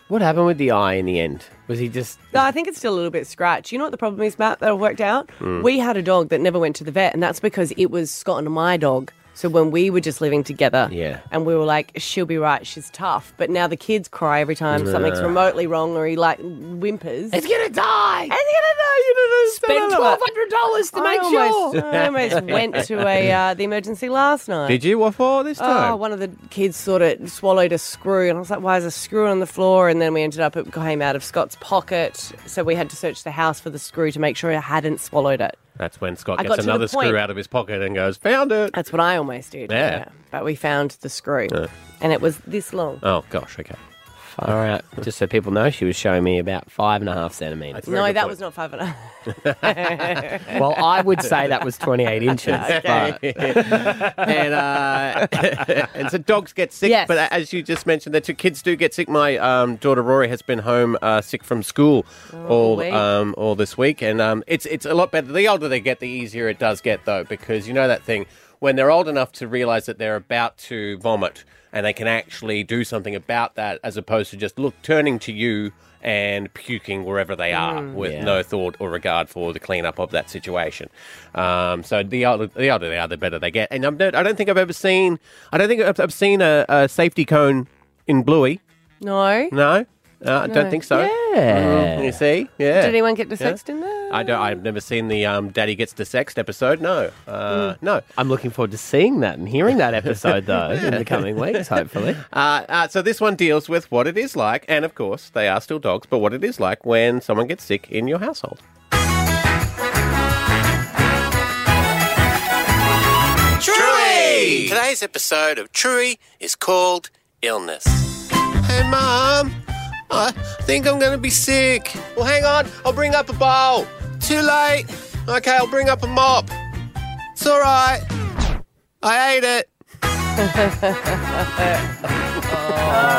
What happened with the eye in the end? Was he just No, I think it's still a little bit scratched. You know what the problem is, Matt, that I've worked out? Mm. We had a dog that never went to the vet, and that's because it was Scott and my dog. So when we were just living together, Yeah. and we were like, she'll be right, she's tough. But now the kids cry every time something's Yeah. remotely wrong or he like whimpers. It's gonna die. It's gonna die. You spend twelve $1,200 hundred dollars to make I almost, sure. I almost went to a uh, the emergency last night. Did you? What for this time? Oh, one of the kids sort of swallowed a screw, and I was like, "Why is a screw on the floor?" And then we ended up it came out of Scott's pocket, so we had to search the house for the screw to make sure I hadn't swallowed it. That's when Scott I got gets to the another point. screw out of his pocket and goes, Found it. That's what I almost did. Yeah. but we found the screw, and it was this long. Oh gosh, okay. All right. Just so people know, she was showing me about five and a half centimeters. No, that was not five and a half. Well, I would say that was 28 inches. Okay. and uh, and so dogs get sick, Yes. but as you just mentioned, that your kids do get sick. My um, daughter Rory has been home uh, sick from school all Oh, wait. um, all this week, and um, it's it's a lot better. The older they get, the easier it does get, though, because you know that thing when they're old enough to realise that they're about to vomit, and they can actually do something about that, as opposed to just look turning to you. And puking wherever they are, Mm. with Yeah. no thought or regard for the cleanup of that situation. Um, so the older, the older they are, the better they get. And I'm, not- I don't think I've ever seen. I don't think I've, I've seen a, a safety cone in Bluey. no. No, Uh, I No. don't think so. Yeah. Mhm, You see, yeah. Did anyone get Yeah. dissexed in there? I don't. I've never seen the um, "Daddy Gets Dissexed" episode. No, uh, Mm. no. I'm looking forward to seeing that and hearing that episode, though, in the coming weeks, hopefully. Uh, uh, so this one deals with what it is like, and of course they are still dogs, but what it is like when someone gets sick in your household. Truey! Today's episode of Truey is called Illness. Hey, Mom, I think I'm going to be sick. Well, hang on, I'll bring up a bowl. Too late. Okay, I'll bring up a mop. It's all right. I ate it.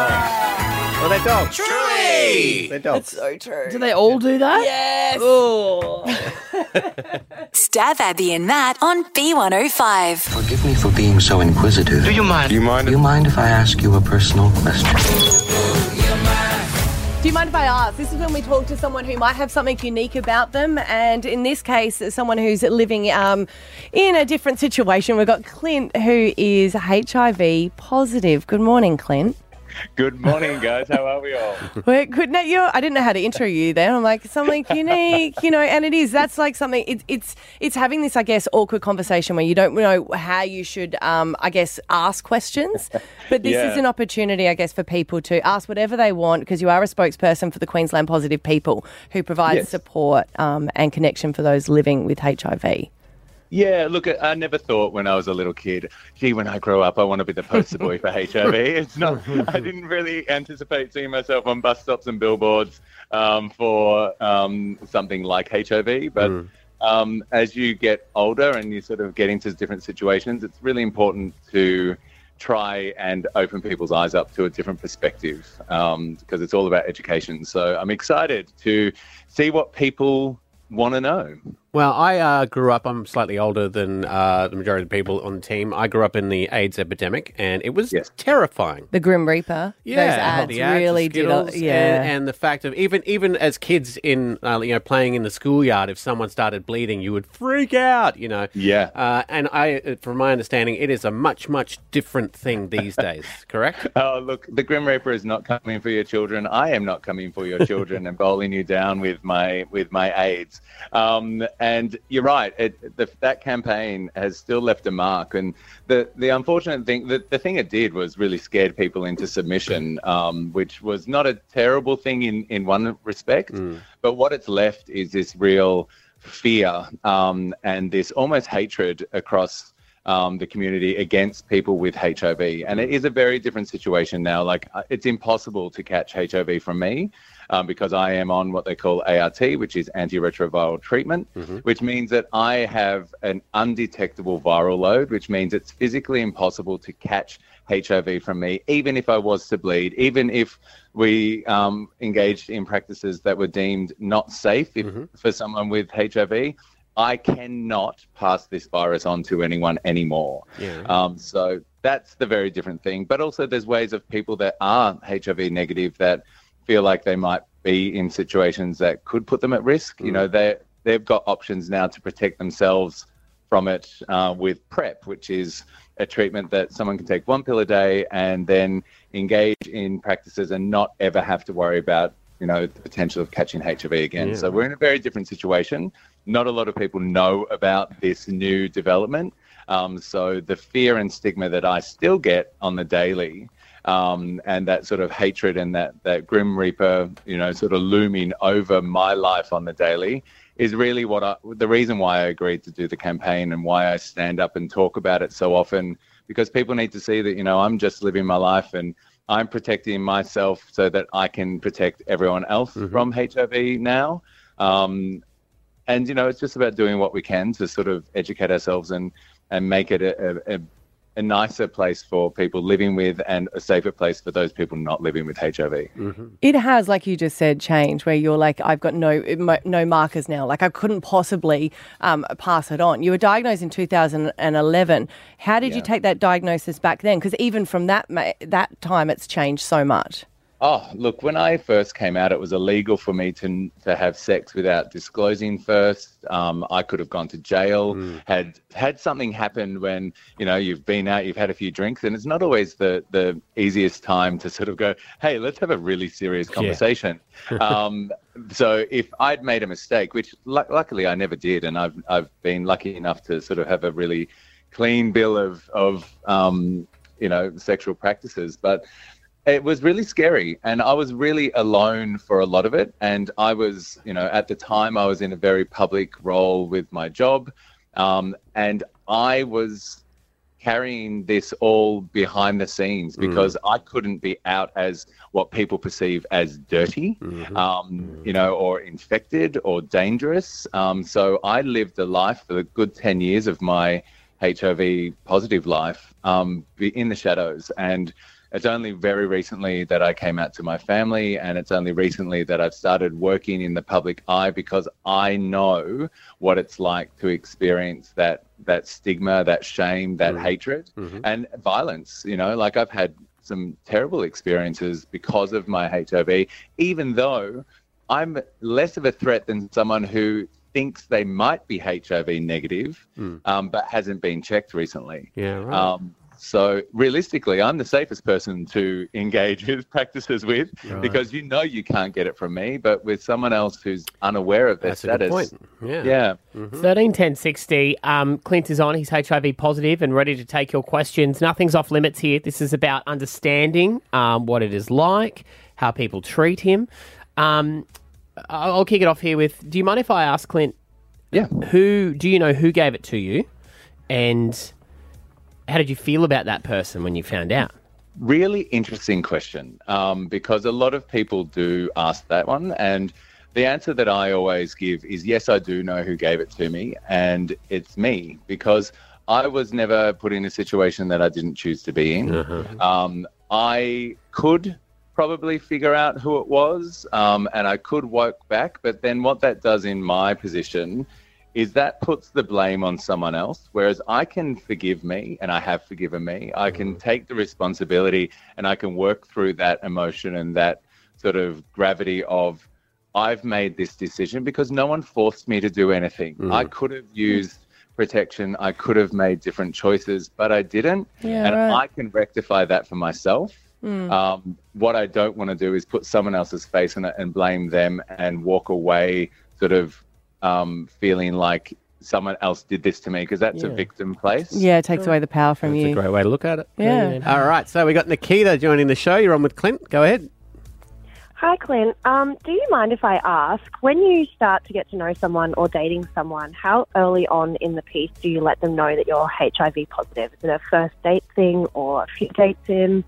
Well, they're dogs. Truey! They're dogs. so true. Do they all do that? Yes. Oh. Stab Abby and Matt on B105. Forgive me for being so inquisitive. Do you mind? Do you mind? Do you mind if I ask you a personal question? Do you mind if I ask? This is when we talk to someone who might have something unique about them, and in this case, someone who's living um, in a different situation. We've got Clint, who is HIV positive. Good morning, Clint. Good morning, guys. How are we all? Well, good. No, you. I didn't know how to intro you there. I'm like something unique, you know, and it is. That's like something. It, it's it's having this, I guess, awkward conversation where you don't know how you should, um, I guess, ask questions. But this Yeah. is an opportunity, I guess, for people to ask whatever they want because you are a spokesperson for the Queensland Positive People who provides Yes. support um, and connection for those living with HIV. Yeah, look, I- I never thought when I was a little kid, gee, when I grow up, I want to be the poster boy for HIV. It's not, I didn't really anticipate seeing myself on bus stops and billboards um, for um, something like HIV, but um, as you get older and you sort of get into different situations, it's really important to try and open people's eyes up to a different perspective um, because it's all about education. So I'm excited to see what people want to know. Well, I uh, grew up, I'm slightly older than uh, the majority of the people on the team. I grew up in the AIDS epidemic and it was terrifying. The Grim Reaper. Yeah, Those ads the ads, the really did. a- Skittles, Yeah. and, and the fact of even even as kids in uh, you know playing in the schoolyard, if someone started bleeding, you would freak out, you know. Yeah. Uh, and I, uh, from my understanding, it is a much much different thing these days. Correct? Oh, look, the Grim Reaper is not coming for your children. I am not coming for your children and bowling you down with my with my aids. Um, and you're right. It, the, that campaign has still left a mark. And the, the unfortunate thing, the, the thing it did was really scared people into submission, um, which was not a terrible thing in, in one respect. But what it's left is this real fear um, and this almost hatred across um, the community against people with HIV. And it is a very different situation now. Like, uh, it's impossible to catch HIV from me um, because I am on what they call ART, which is antiretroviral treatment, which means that I have an undetectable viral load, which means it's physically impossible to catch HIV from me, even if I was to bleed, even if we um, engaged in practices that were deemed not safe if, for someone with HIV. I cannot pass this virus on to anyone anymore. Yeah. Um, so that's the very different thing. But also, there's ways of people that are HIV negative that feel like they might be in situations that could put them at risk. Mm. You know, they they've got options now to protect themselves from it uh, with PrEP, which is a treatment that someone can take one pill a day and then engage in practices and not ever have to worry about, you know, the potential of catching HIV again. Yeah. So we're in a very different situation. Not a lot of people know about this new development. Um, so the fear and stigma that I still get on the daily um, and that sort of hatred and that, that grim reaper, you know, sort of looming over my life on the daily is really what I, the reason why I agreed to do the campaign and why I stand up and talk about it so often because people need to see that, you know, I'm just living my life and I'm protecting myself so that I can protect everyone else from HIV now. Um, and you know it's just about doing what we can to sort of educate ourselves and and make it a, a, a, a nicer place for people living with and a safer place for those people not living with hiv It has, like you just said, change where you're like, I've got no mo- no markers now. Like I couldn't possibly um, pass it on. You were diagnosed in 2011. How did you take that diagnosis back then? Because even from that ma- that time, it's changed so much. Oh, look, when I first came out, it was illegal for me to, to have sex without disclosing first. Um, I could have gone to jail. Had had something happened when, you know, you've been out, you've had a few drinks, and it's not always the, the easiest time to sort of go, hey, let's have a really serious conversation. um, so if I'd made a mistake, which lu luckily I never did, and I've, I've been lucky enough to sort of have a really clean bill of, of um, you know, sexual practices, but it was really scary and i was really alone for a lot of it and i was you know at the time i was in a very public role with my job um, and i was carrying this all behind the scenes because i couldn't be out as what people perceive as dirty um, you know or infected or dangerous um, so i lived a life for a good 10 years of my HIV positive life um, be- in the shadows. And it's only very recently that I came out to my family, and it's only recently that I've started working in the public eye because I know what it's like to experience that that stigma, that shame, that Mm-hmm. hatred, and violence. You know, like I've had some terrible experiences because of my HIV, even though I'm less of a threat than someone who thinks they might be HIV negative, um, but hasn't been checked recently. Mm. Yeah, right. Um, so realistically, I'm the safest person to engage with practices with Right. because you know you can't get it from me, but with someone else who's unaware of their That's a good status. point. Yeah. Mm-hmm. Yeah. 13 10 60. Um, Clint is on. He's HIV positive and ready to take your questions. Nothing's off limits here. This is about understanding um, what it is like, how people treat him. Um, I- I'll kick it off here with Do you mind if I ask Clint? Yeah. Who do you know who gave it to you? And how did you feel about that person when you found out? Really interesting question um, because a lot of people do ask that one. And the answer that I always give is yes, I do know who gave it to me, and it's me because I was never put in a situation that I didn't choose to be in. Um, I could probably figure out who it was, um, and I could work back, but then what that does in my position is that puts the blame on someone else. Whereas I can forgive me and I have forgiven me. I can take the responsibility and I can work through that emotion and that sort of gravity of I've made this decision because no one forced me to do anything. Mm. I could have used protection. I could have made different choices, but I didn't. Yeah, and right. I can rectify that for myself. Hmm. Mm. Um, what I don't want to do is put someone else's face in it and blame them and walk away sort of um, feeling like someone else did this to me because that's a Yeah. victim place. Yeah, it takes away the power from you. Great way to look at it. Yeah. All right. So we got Nikita joining the show. You're on with Clint. Go ahead. Hi, Clint. Um, do you mind if I ask, when you start to get to know someone or dating someone, how early on in the piece do you let them know that you're HIV positive? Is it a first date thing or a few dates in?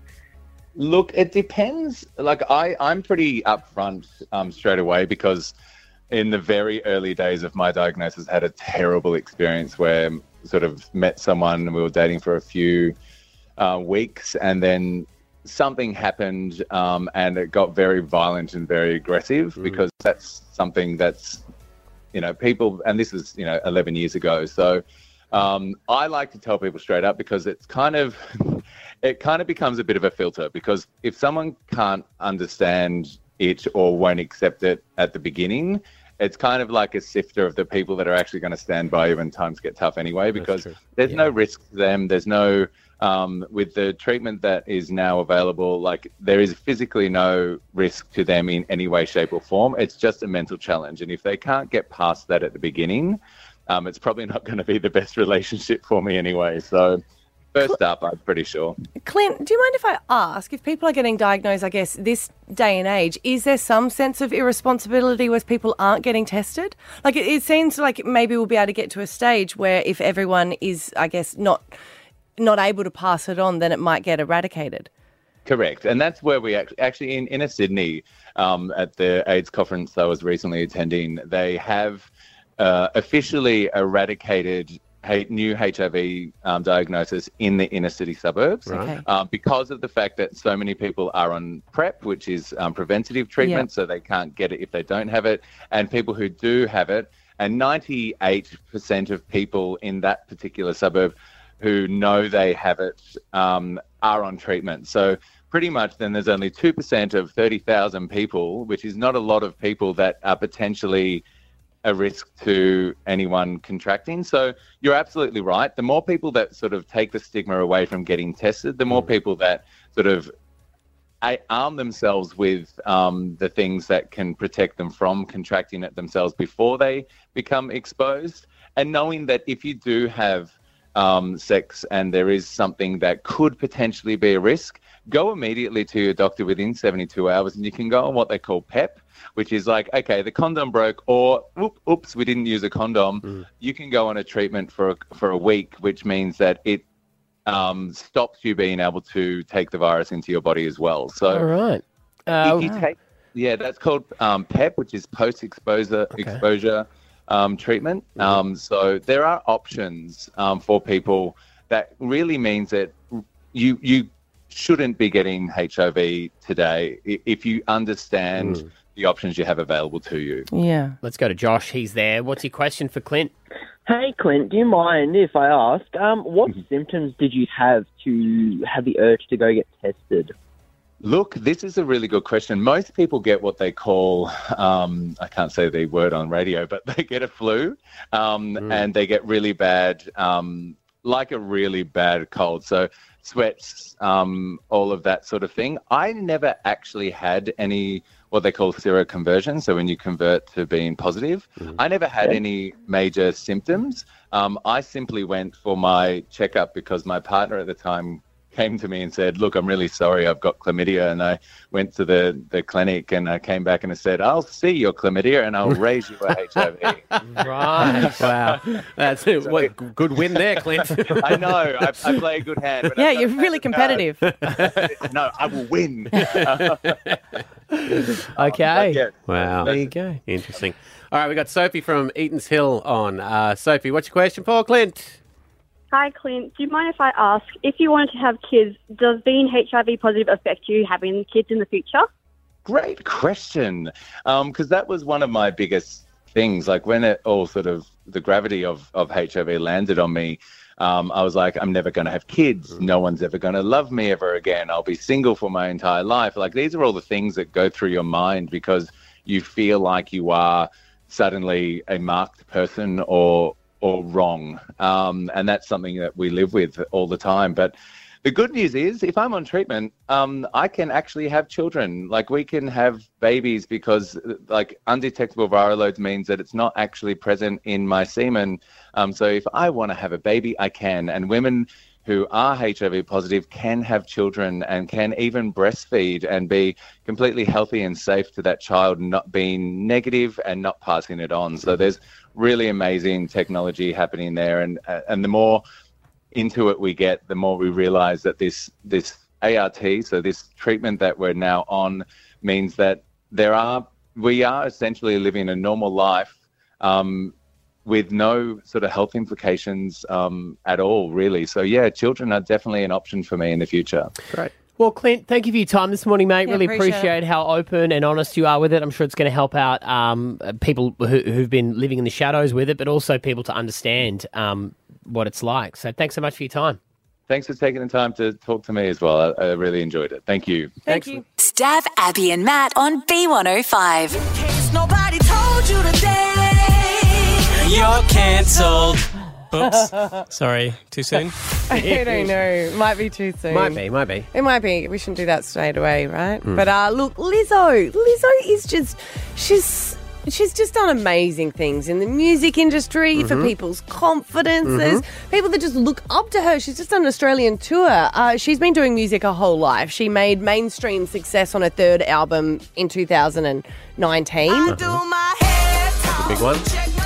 Look, it depends. Like I, I'm pretty upfront um, straight away because in the very early days of my diagnosis, I had a terrible experience where I sort of met someone and we were dating for a few uh, weeks, and then something happened, um, and it got very violent and very aggressive because that's something that's you know people, and this was you know 11 years ago, so. Um, I like to tell people straight up because it's kind of it kind of becomes a bit of a filter because if someone can't understand it or won't accept it at the beginning, it's kind of like a sifter of the people that are actually going to stand by you when times get tough anyway because there's no risk to them. There's no, um, with the treatment that is now available, like there is physically no risk to them in any way, shape, or form. It's just a mental challenge. And if they can't get past that at the beginning, um, it's probably not going to be the best relationship for me anyway. So, first up, I'm pretty sure. Clint, do you mind if I ask if people are getting diagnosed, I guess, this day and age, is there some sense of irresponsibility where people aren't getting tested? Like, it, it seems like maybe we'll be able to get to a stage where if everyone is, I guess, not not able to pass it on, then it might get eradicated. Correct, and that's where we actually, actually in inner Sydney um, at the AIDS conference I was recently attending. They have uh, officially eradicated H- new HIV um, diagnosis in the inner city suburbs Right. Okay. uh, because of the fact that so many people are on PrEP, which is um, preventative treatment, Yeah. so they can't get it if they don't have it, and people who do have it. And 98% of people in that particular suburb who know they have it um, are on treatment. So pretty much then there's only 2% of 30,000 people, which is not a lot of people that are potentially a risk to anyone contracting. So you're absolutely right. The more people that sort of take the stigma away from getting tested, the more people that sort of I arm themselves with um, the things that can protect them from contracting it themselves before they become exposed. And knowing that if you do have um, sex and there is something that could potentially be a risk, go immediately to your doctor within 72 hours and you can go on what they call PEP, which is like, okay, the condom broke or oop, oops, we didn't use a condom. You can go on a treatment for, a- for a week, which means that it um, stops you being able to take the virus into your body as well. So, All right. Uh, If you take- yeah, that's called um, PEP, which is post exposure exposure um, treatment. Mm-hmm. Um, so there are options um, for people. That really means that you you shouldn't be getting HIV today i- if you understand Mm. the options you have available to you. Yeah. Let's go to Josh. He's there. What's your question for Clint? Hey, Clint, do you mind if I ask, um, what Mm-hmm. symptoms did you have to have the urge to go get tested? Look, this is a really good question. Most people get what they call, um, I can't say the word on radio, but they get a flu um, and they get really bad, um, like a really bad cold. So, sweats, um, all of that sort of thing. I never actually had any what they call seroconversion. So, when you convert to being positive, I never had Okay. any major symptoms. Um, I simply went for my checkup because my partner at the time came to me and said, "Look, I'm really sorry, I've got chlamydia," and I went to the the clinic and I came back and I said, "I'll see your chlamydia and I'll raise you a HIV." Right. wow. That's it. What good win there, Clint. I know. I, I play a good hand. But Yeah, you're really competitive. no, I will win. Okay. Wow. There you go. Interesting. All right, we got Sophie from Eaton's Hill on. Uh, Sophie, what's your question for Clint? Hi, Clint. Do you mind if I ask if you wanted to have kids, does being HIV positive affect you having kids in the future? Great question. Because that was one of my biggest things. Like when it all sort of the gravity of, of HIV landed on me, um, I was like, I'm never going to have kids. No one's ever going to love me ever again. I'll be single for my entire life. Like these are all the things that go through your mind because you feel like you are suddenly a marked person or or wrong. Um, and that's something that we live with all the time. But the good news is, if I'm on treatment, um, I can actually have children. Like we can have babies because, like, undetectable viral loads means that it's not actually present in my semen. Um, so if I want to have a baby, I can. And women who are HIV positive can have children and can even breastfeed and be completely healthy and safe to that child, not being negative and not passing it on. So there's really amazing technology happening there, and uh, and the more into it we get, the more we realize that this this ART, so this treatment that we're now on, means that there are we are essentially living a normal life um, with no sort of health implications um, at all, really. So yeah, children are definitely an option for me in the future. Great. Well, Clint, thank you for your time this morning, mate. Yeah, really appreciate appreciate, how open and honest you are with it. I'm sure it's going to help out um, uh, people who, who've been living in the shadows with it, but also people to understand um, what it's like. So thanks so much for your time. Thanks for taking the time to talk to me as well. I, I really enjoyed it. Thank you. Thank you. Stab Abby and Matt on B105. nobody told you today. You're cancelled. Oops. Sorry, too soon. I don't know. Might be too soon. might be. It might be. We shouldn't do that straight away, right? Hmm. But uh, look, Lizzo. Lizzo is just, she's, she's just done amazing things in the music industry for Mhm. people's confidences, Mhm. people that just look up to her. She's just done an Australian tour. Uh, she's been doing music her whole life. She made mainstream success on her third album in 2019. Uh-huh. That's a big one.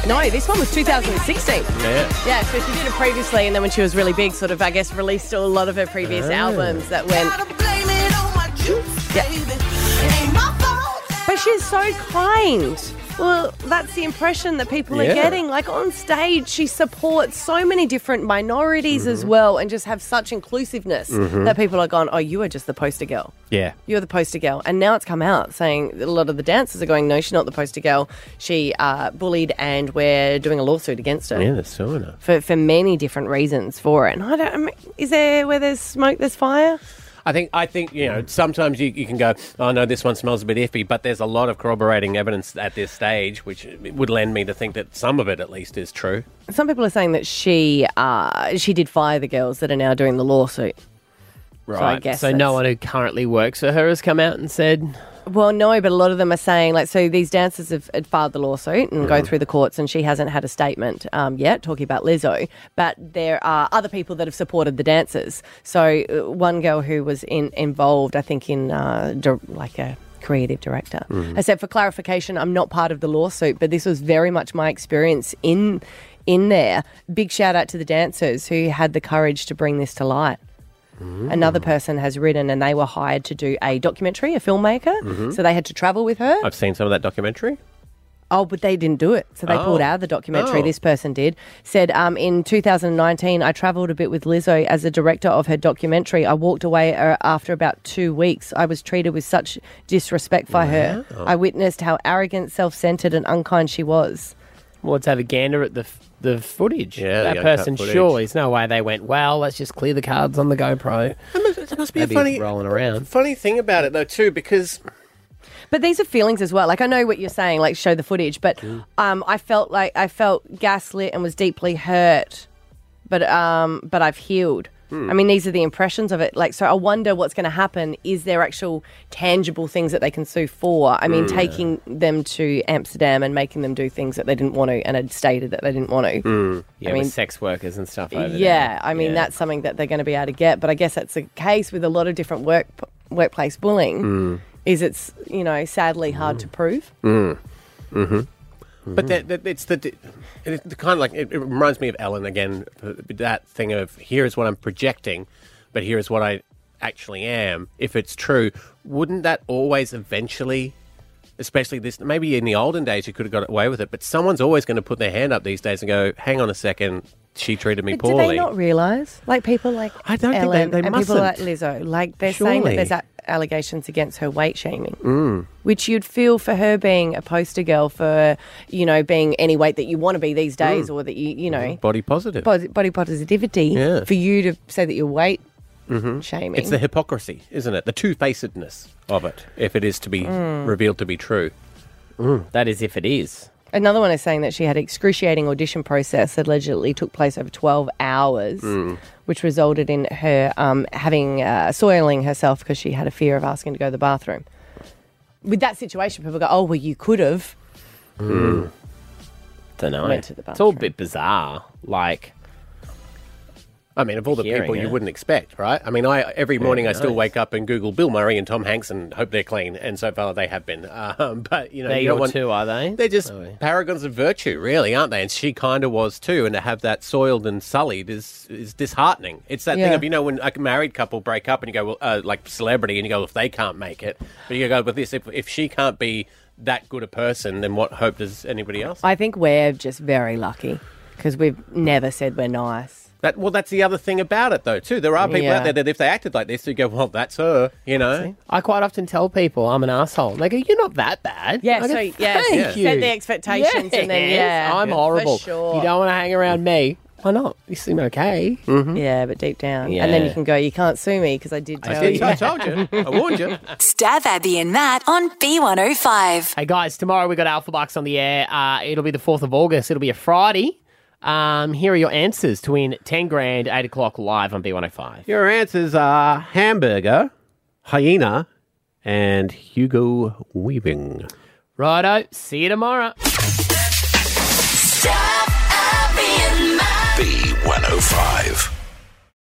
No, this one was 2016. Yeah. Yeah, so she did it previously, and then when she was really big, sort of, I guess, released a lot of her previous Oh. albums that went. Yeah. But she's so kind. Well, that's the impression that people Yeah. are getting. Like on stage, she supports so many different minorities as well, and just have such inclusiveness Mhm. that people are going, "Oh, you are just the poster girl." Yeah. You're the poster girl. And now it's come out saying that a lot of the dancers are going, no, she's not the poster girl. She uh, bullied and we're doing a lawsuit against her. Yeah, that's so enough. For, for many different reasons for it. And I don't, I mean, is there where there's smoke, there's fire? I think I think you know sometimes you, you can go oh no this one smells a bit iffy but there's a lot of corroborating evidence at this stage which would lend me to think that some of it at least is true. Some people are saying that she uh, she did fire the girls that are now doing the lawsuit. So I guess so that's- no one who currently works for her has come out and said, Well, no, but a lot of them are saying, like, so these dancers have, had filed the lawsuit and go Mhm. through the courts, and she hasn't had a statement um, yet talking about Lizzo. But there are other people that have supported the dancers. So uh, one girl who was in, involved, I think, in uh, di- like a creative director. I said, for clarification, I'm not part of the lawsuit, but this was very much my experience in in there. Big shout out to the dancers who had the courage to bring this to light. Another person has written, and they were hired to do a documentary, a filmmaker. Mhm. So they had to travel with her. I've seen some of that documentary. Oh, but they didn't do it. So they pulled Oh. out of the documentary. Oh. This person did. Said, um, in 2019, I traveled a bit with Lizzo as a director of her documentary. I walked away uh, after about two weeks. I was treated with such disrespect by her. Wow. I witnessed how arrogant, self centered, and unkind she was. well, let's have a gander at the, f- the footage. Yeah, the that uncut person footage. surely, there's no way they went, well, let's just clear the cards on the GoPro. It must be a Maybe funny rolling around. funny thing about it though too because But these are feelings as well. Like I know what you're saying, like show the footage, but Mm. um, I felt like I felt gaslit and was deeply hurt. But um, but I've healed. I mean, these are the impressions of it. Like, so I wonder what's going to happen. Is there actual tangible things that they can sue for? I mean, Mm. taking them to Amsterdam and making them do things that they didn't want to and had stated that they didn't want to. Mm. Yeah, I mean, with sex workers and stuff over there. yeah, I mean, Hmm. Yeah. that's something that they're going to be able to get. But I guess that's the case with a lot of different work workplace bullying. Mm. Is it's you know sadly hard to prove. Mm. hmm But that, that, it's the it's the kind of like it, it reminds me of Ellen again. uh, That thing of here is what I'm projecting, but here is what I actually am. If it's true, wouldn't that always eventually, especially this? Maybe in the olden days you could have got away with it, but someone's always going to put their hand up these days and go, "Hang on a second, she treated me But do poorly." they not realise? Like people like I don't think they- Ellen they and people like mustn't. Lizzo, like they're saying that Surely. there's a- allegations against her weight shaming, Mm. which you'd feel for her being a poster girl for you know being any weight that you want to be these days, Mm. or that you you know Body positive. body, body positivity. Yeah. For you to say that your weight Mhm. shaming. It's the hypocrisy, isn't it? The two facedness of it, if it is to be Mm. revealed to be true. Mm. That is if it is. Another one is saying that she had excruciating audition process that allegedly took place over 12 hours, Mm. which resulted in her um, having uh, soiling herself because she had a fear of asking to go to the bathroom. With that situation, people go, "Oh, well, you could have." Mm. Don't know. Went to the It's all a bit bizarre. Like, I mean, of all the Hearing people you it. wouldn't expect, right? I mean, I every Yeah, morning I still nice. wake up and Google Bill Murray and Tom Hanks and hope they're clean, and so far they have been. Um, but you know, They're you don't your want- two, are they? They're just paragons of virtue, really, aren't they? And she kind of was too, and to have that soiled and sullied is is disheartening. It's that thing Yeah. of you know when a married couple break up and you go well, uh, like celebrity, and you go if they can't make it, but you go with this if if she can't be that good a person, then what hope does anybody else? I think we're just very lucky because we've never said we're nice. That, well, that's the other thing about it, though, too. There are people Yeah. out there that if they acted like this, you go, well, that's her, you know? I quite often tell people I'm an asshole. And they go, "You're not that bad." Yeah, I go, so, yeah, thank yeah. you. Set the expectations and then, Yes, yeah. I'm Yeah. horrible. For sure. You don't want to hang around me. Why not? You seem okay. Yeah, but deep down, And then you can go, "You can't sue me because I did Mm-hmm. I tell did- you." I told you. I warned you. Stab Abby and Matt on B105. Hey guys, tomorrow we got Alpha Bucks on the air. Uh, it'll be the fourth of August. It'll be a Friday. Um, here are your answers to win ten grand, eight o'clock live on B one hundred five. Your answers are hamburger, hyena, and Hugo Weaving. Righto, see you tomorrow. Abby and Matt. B105.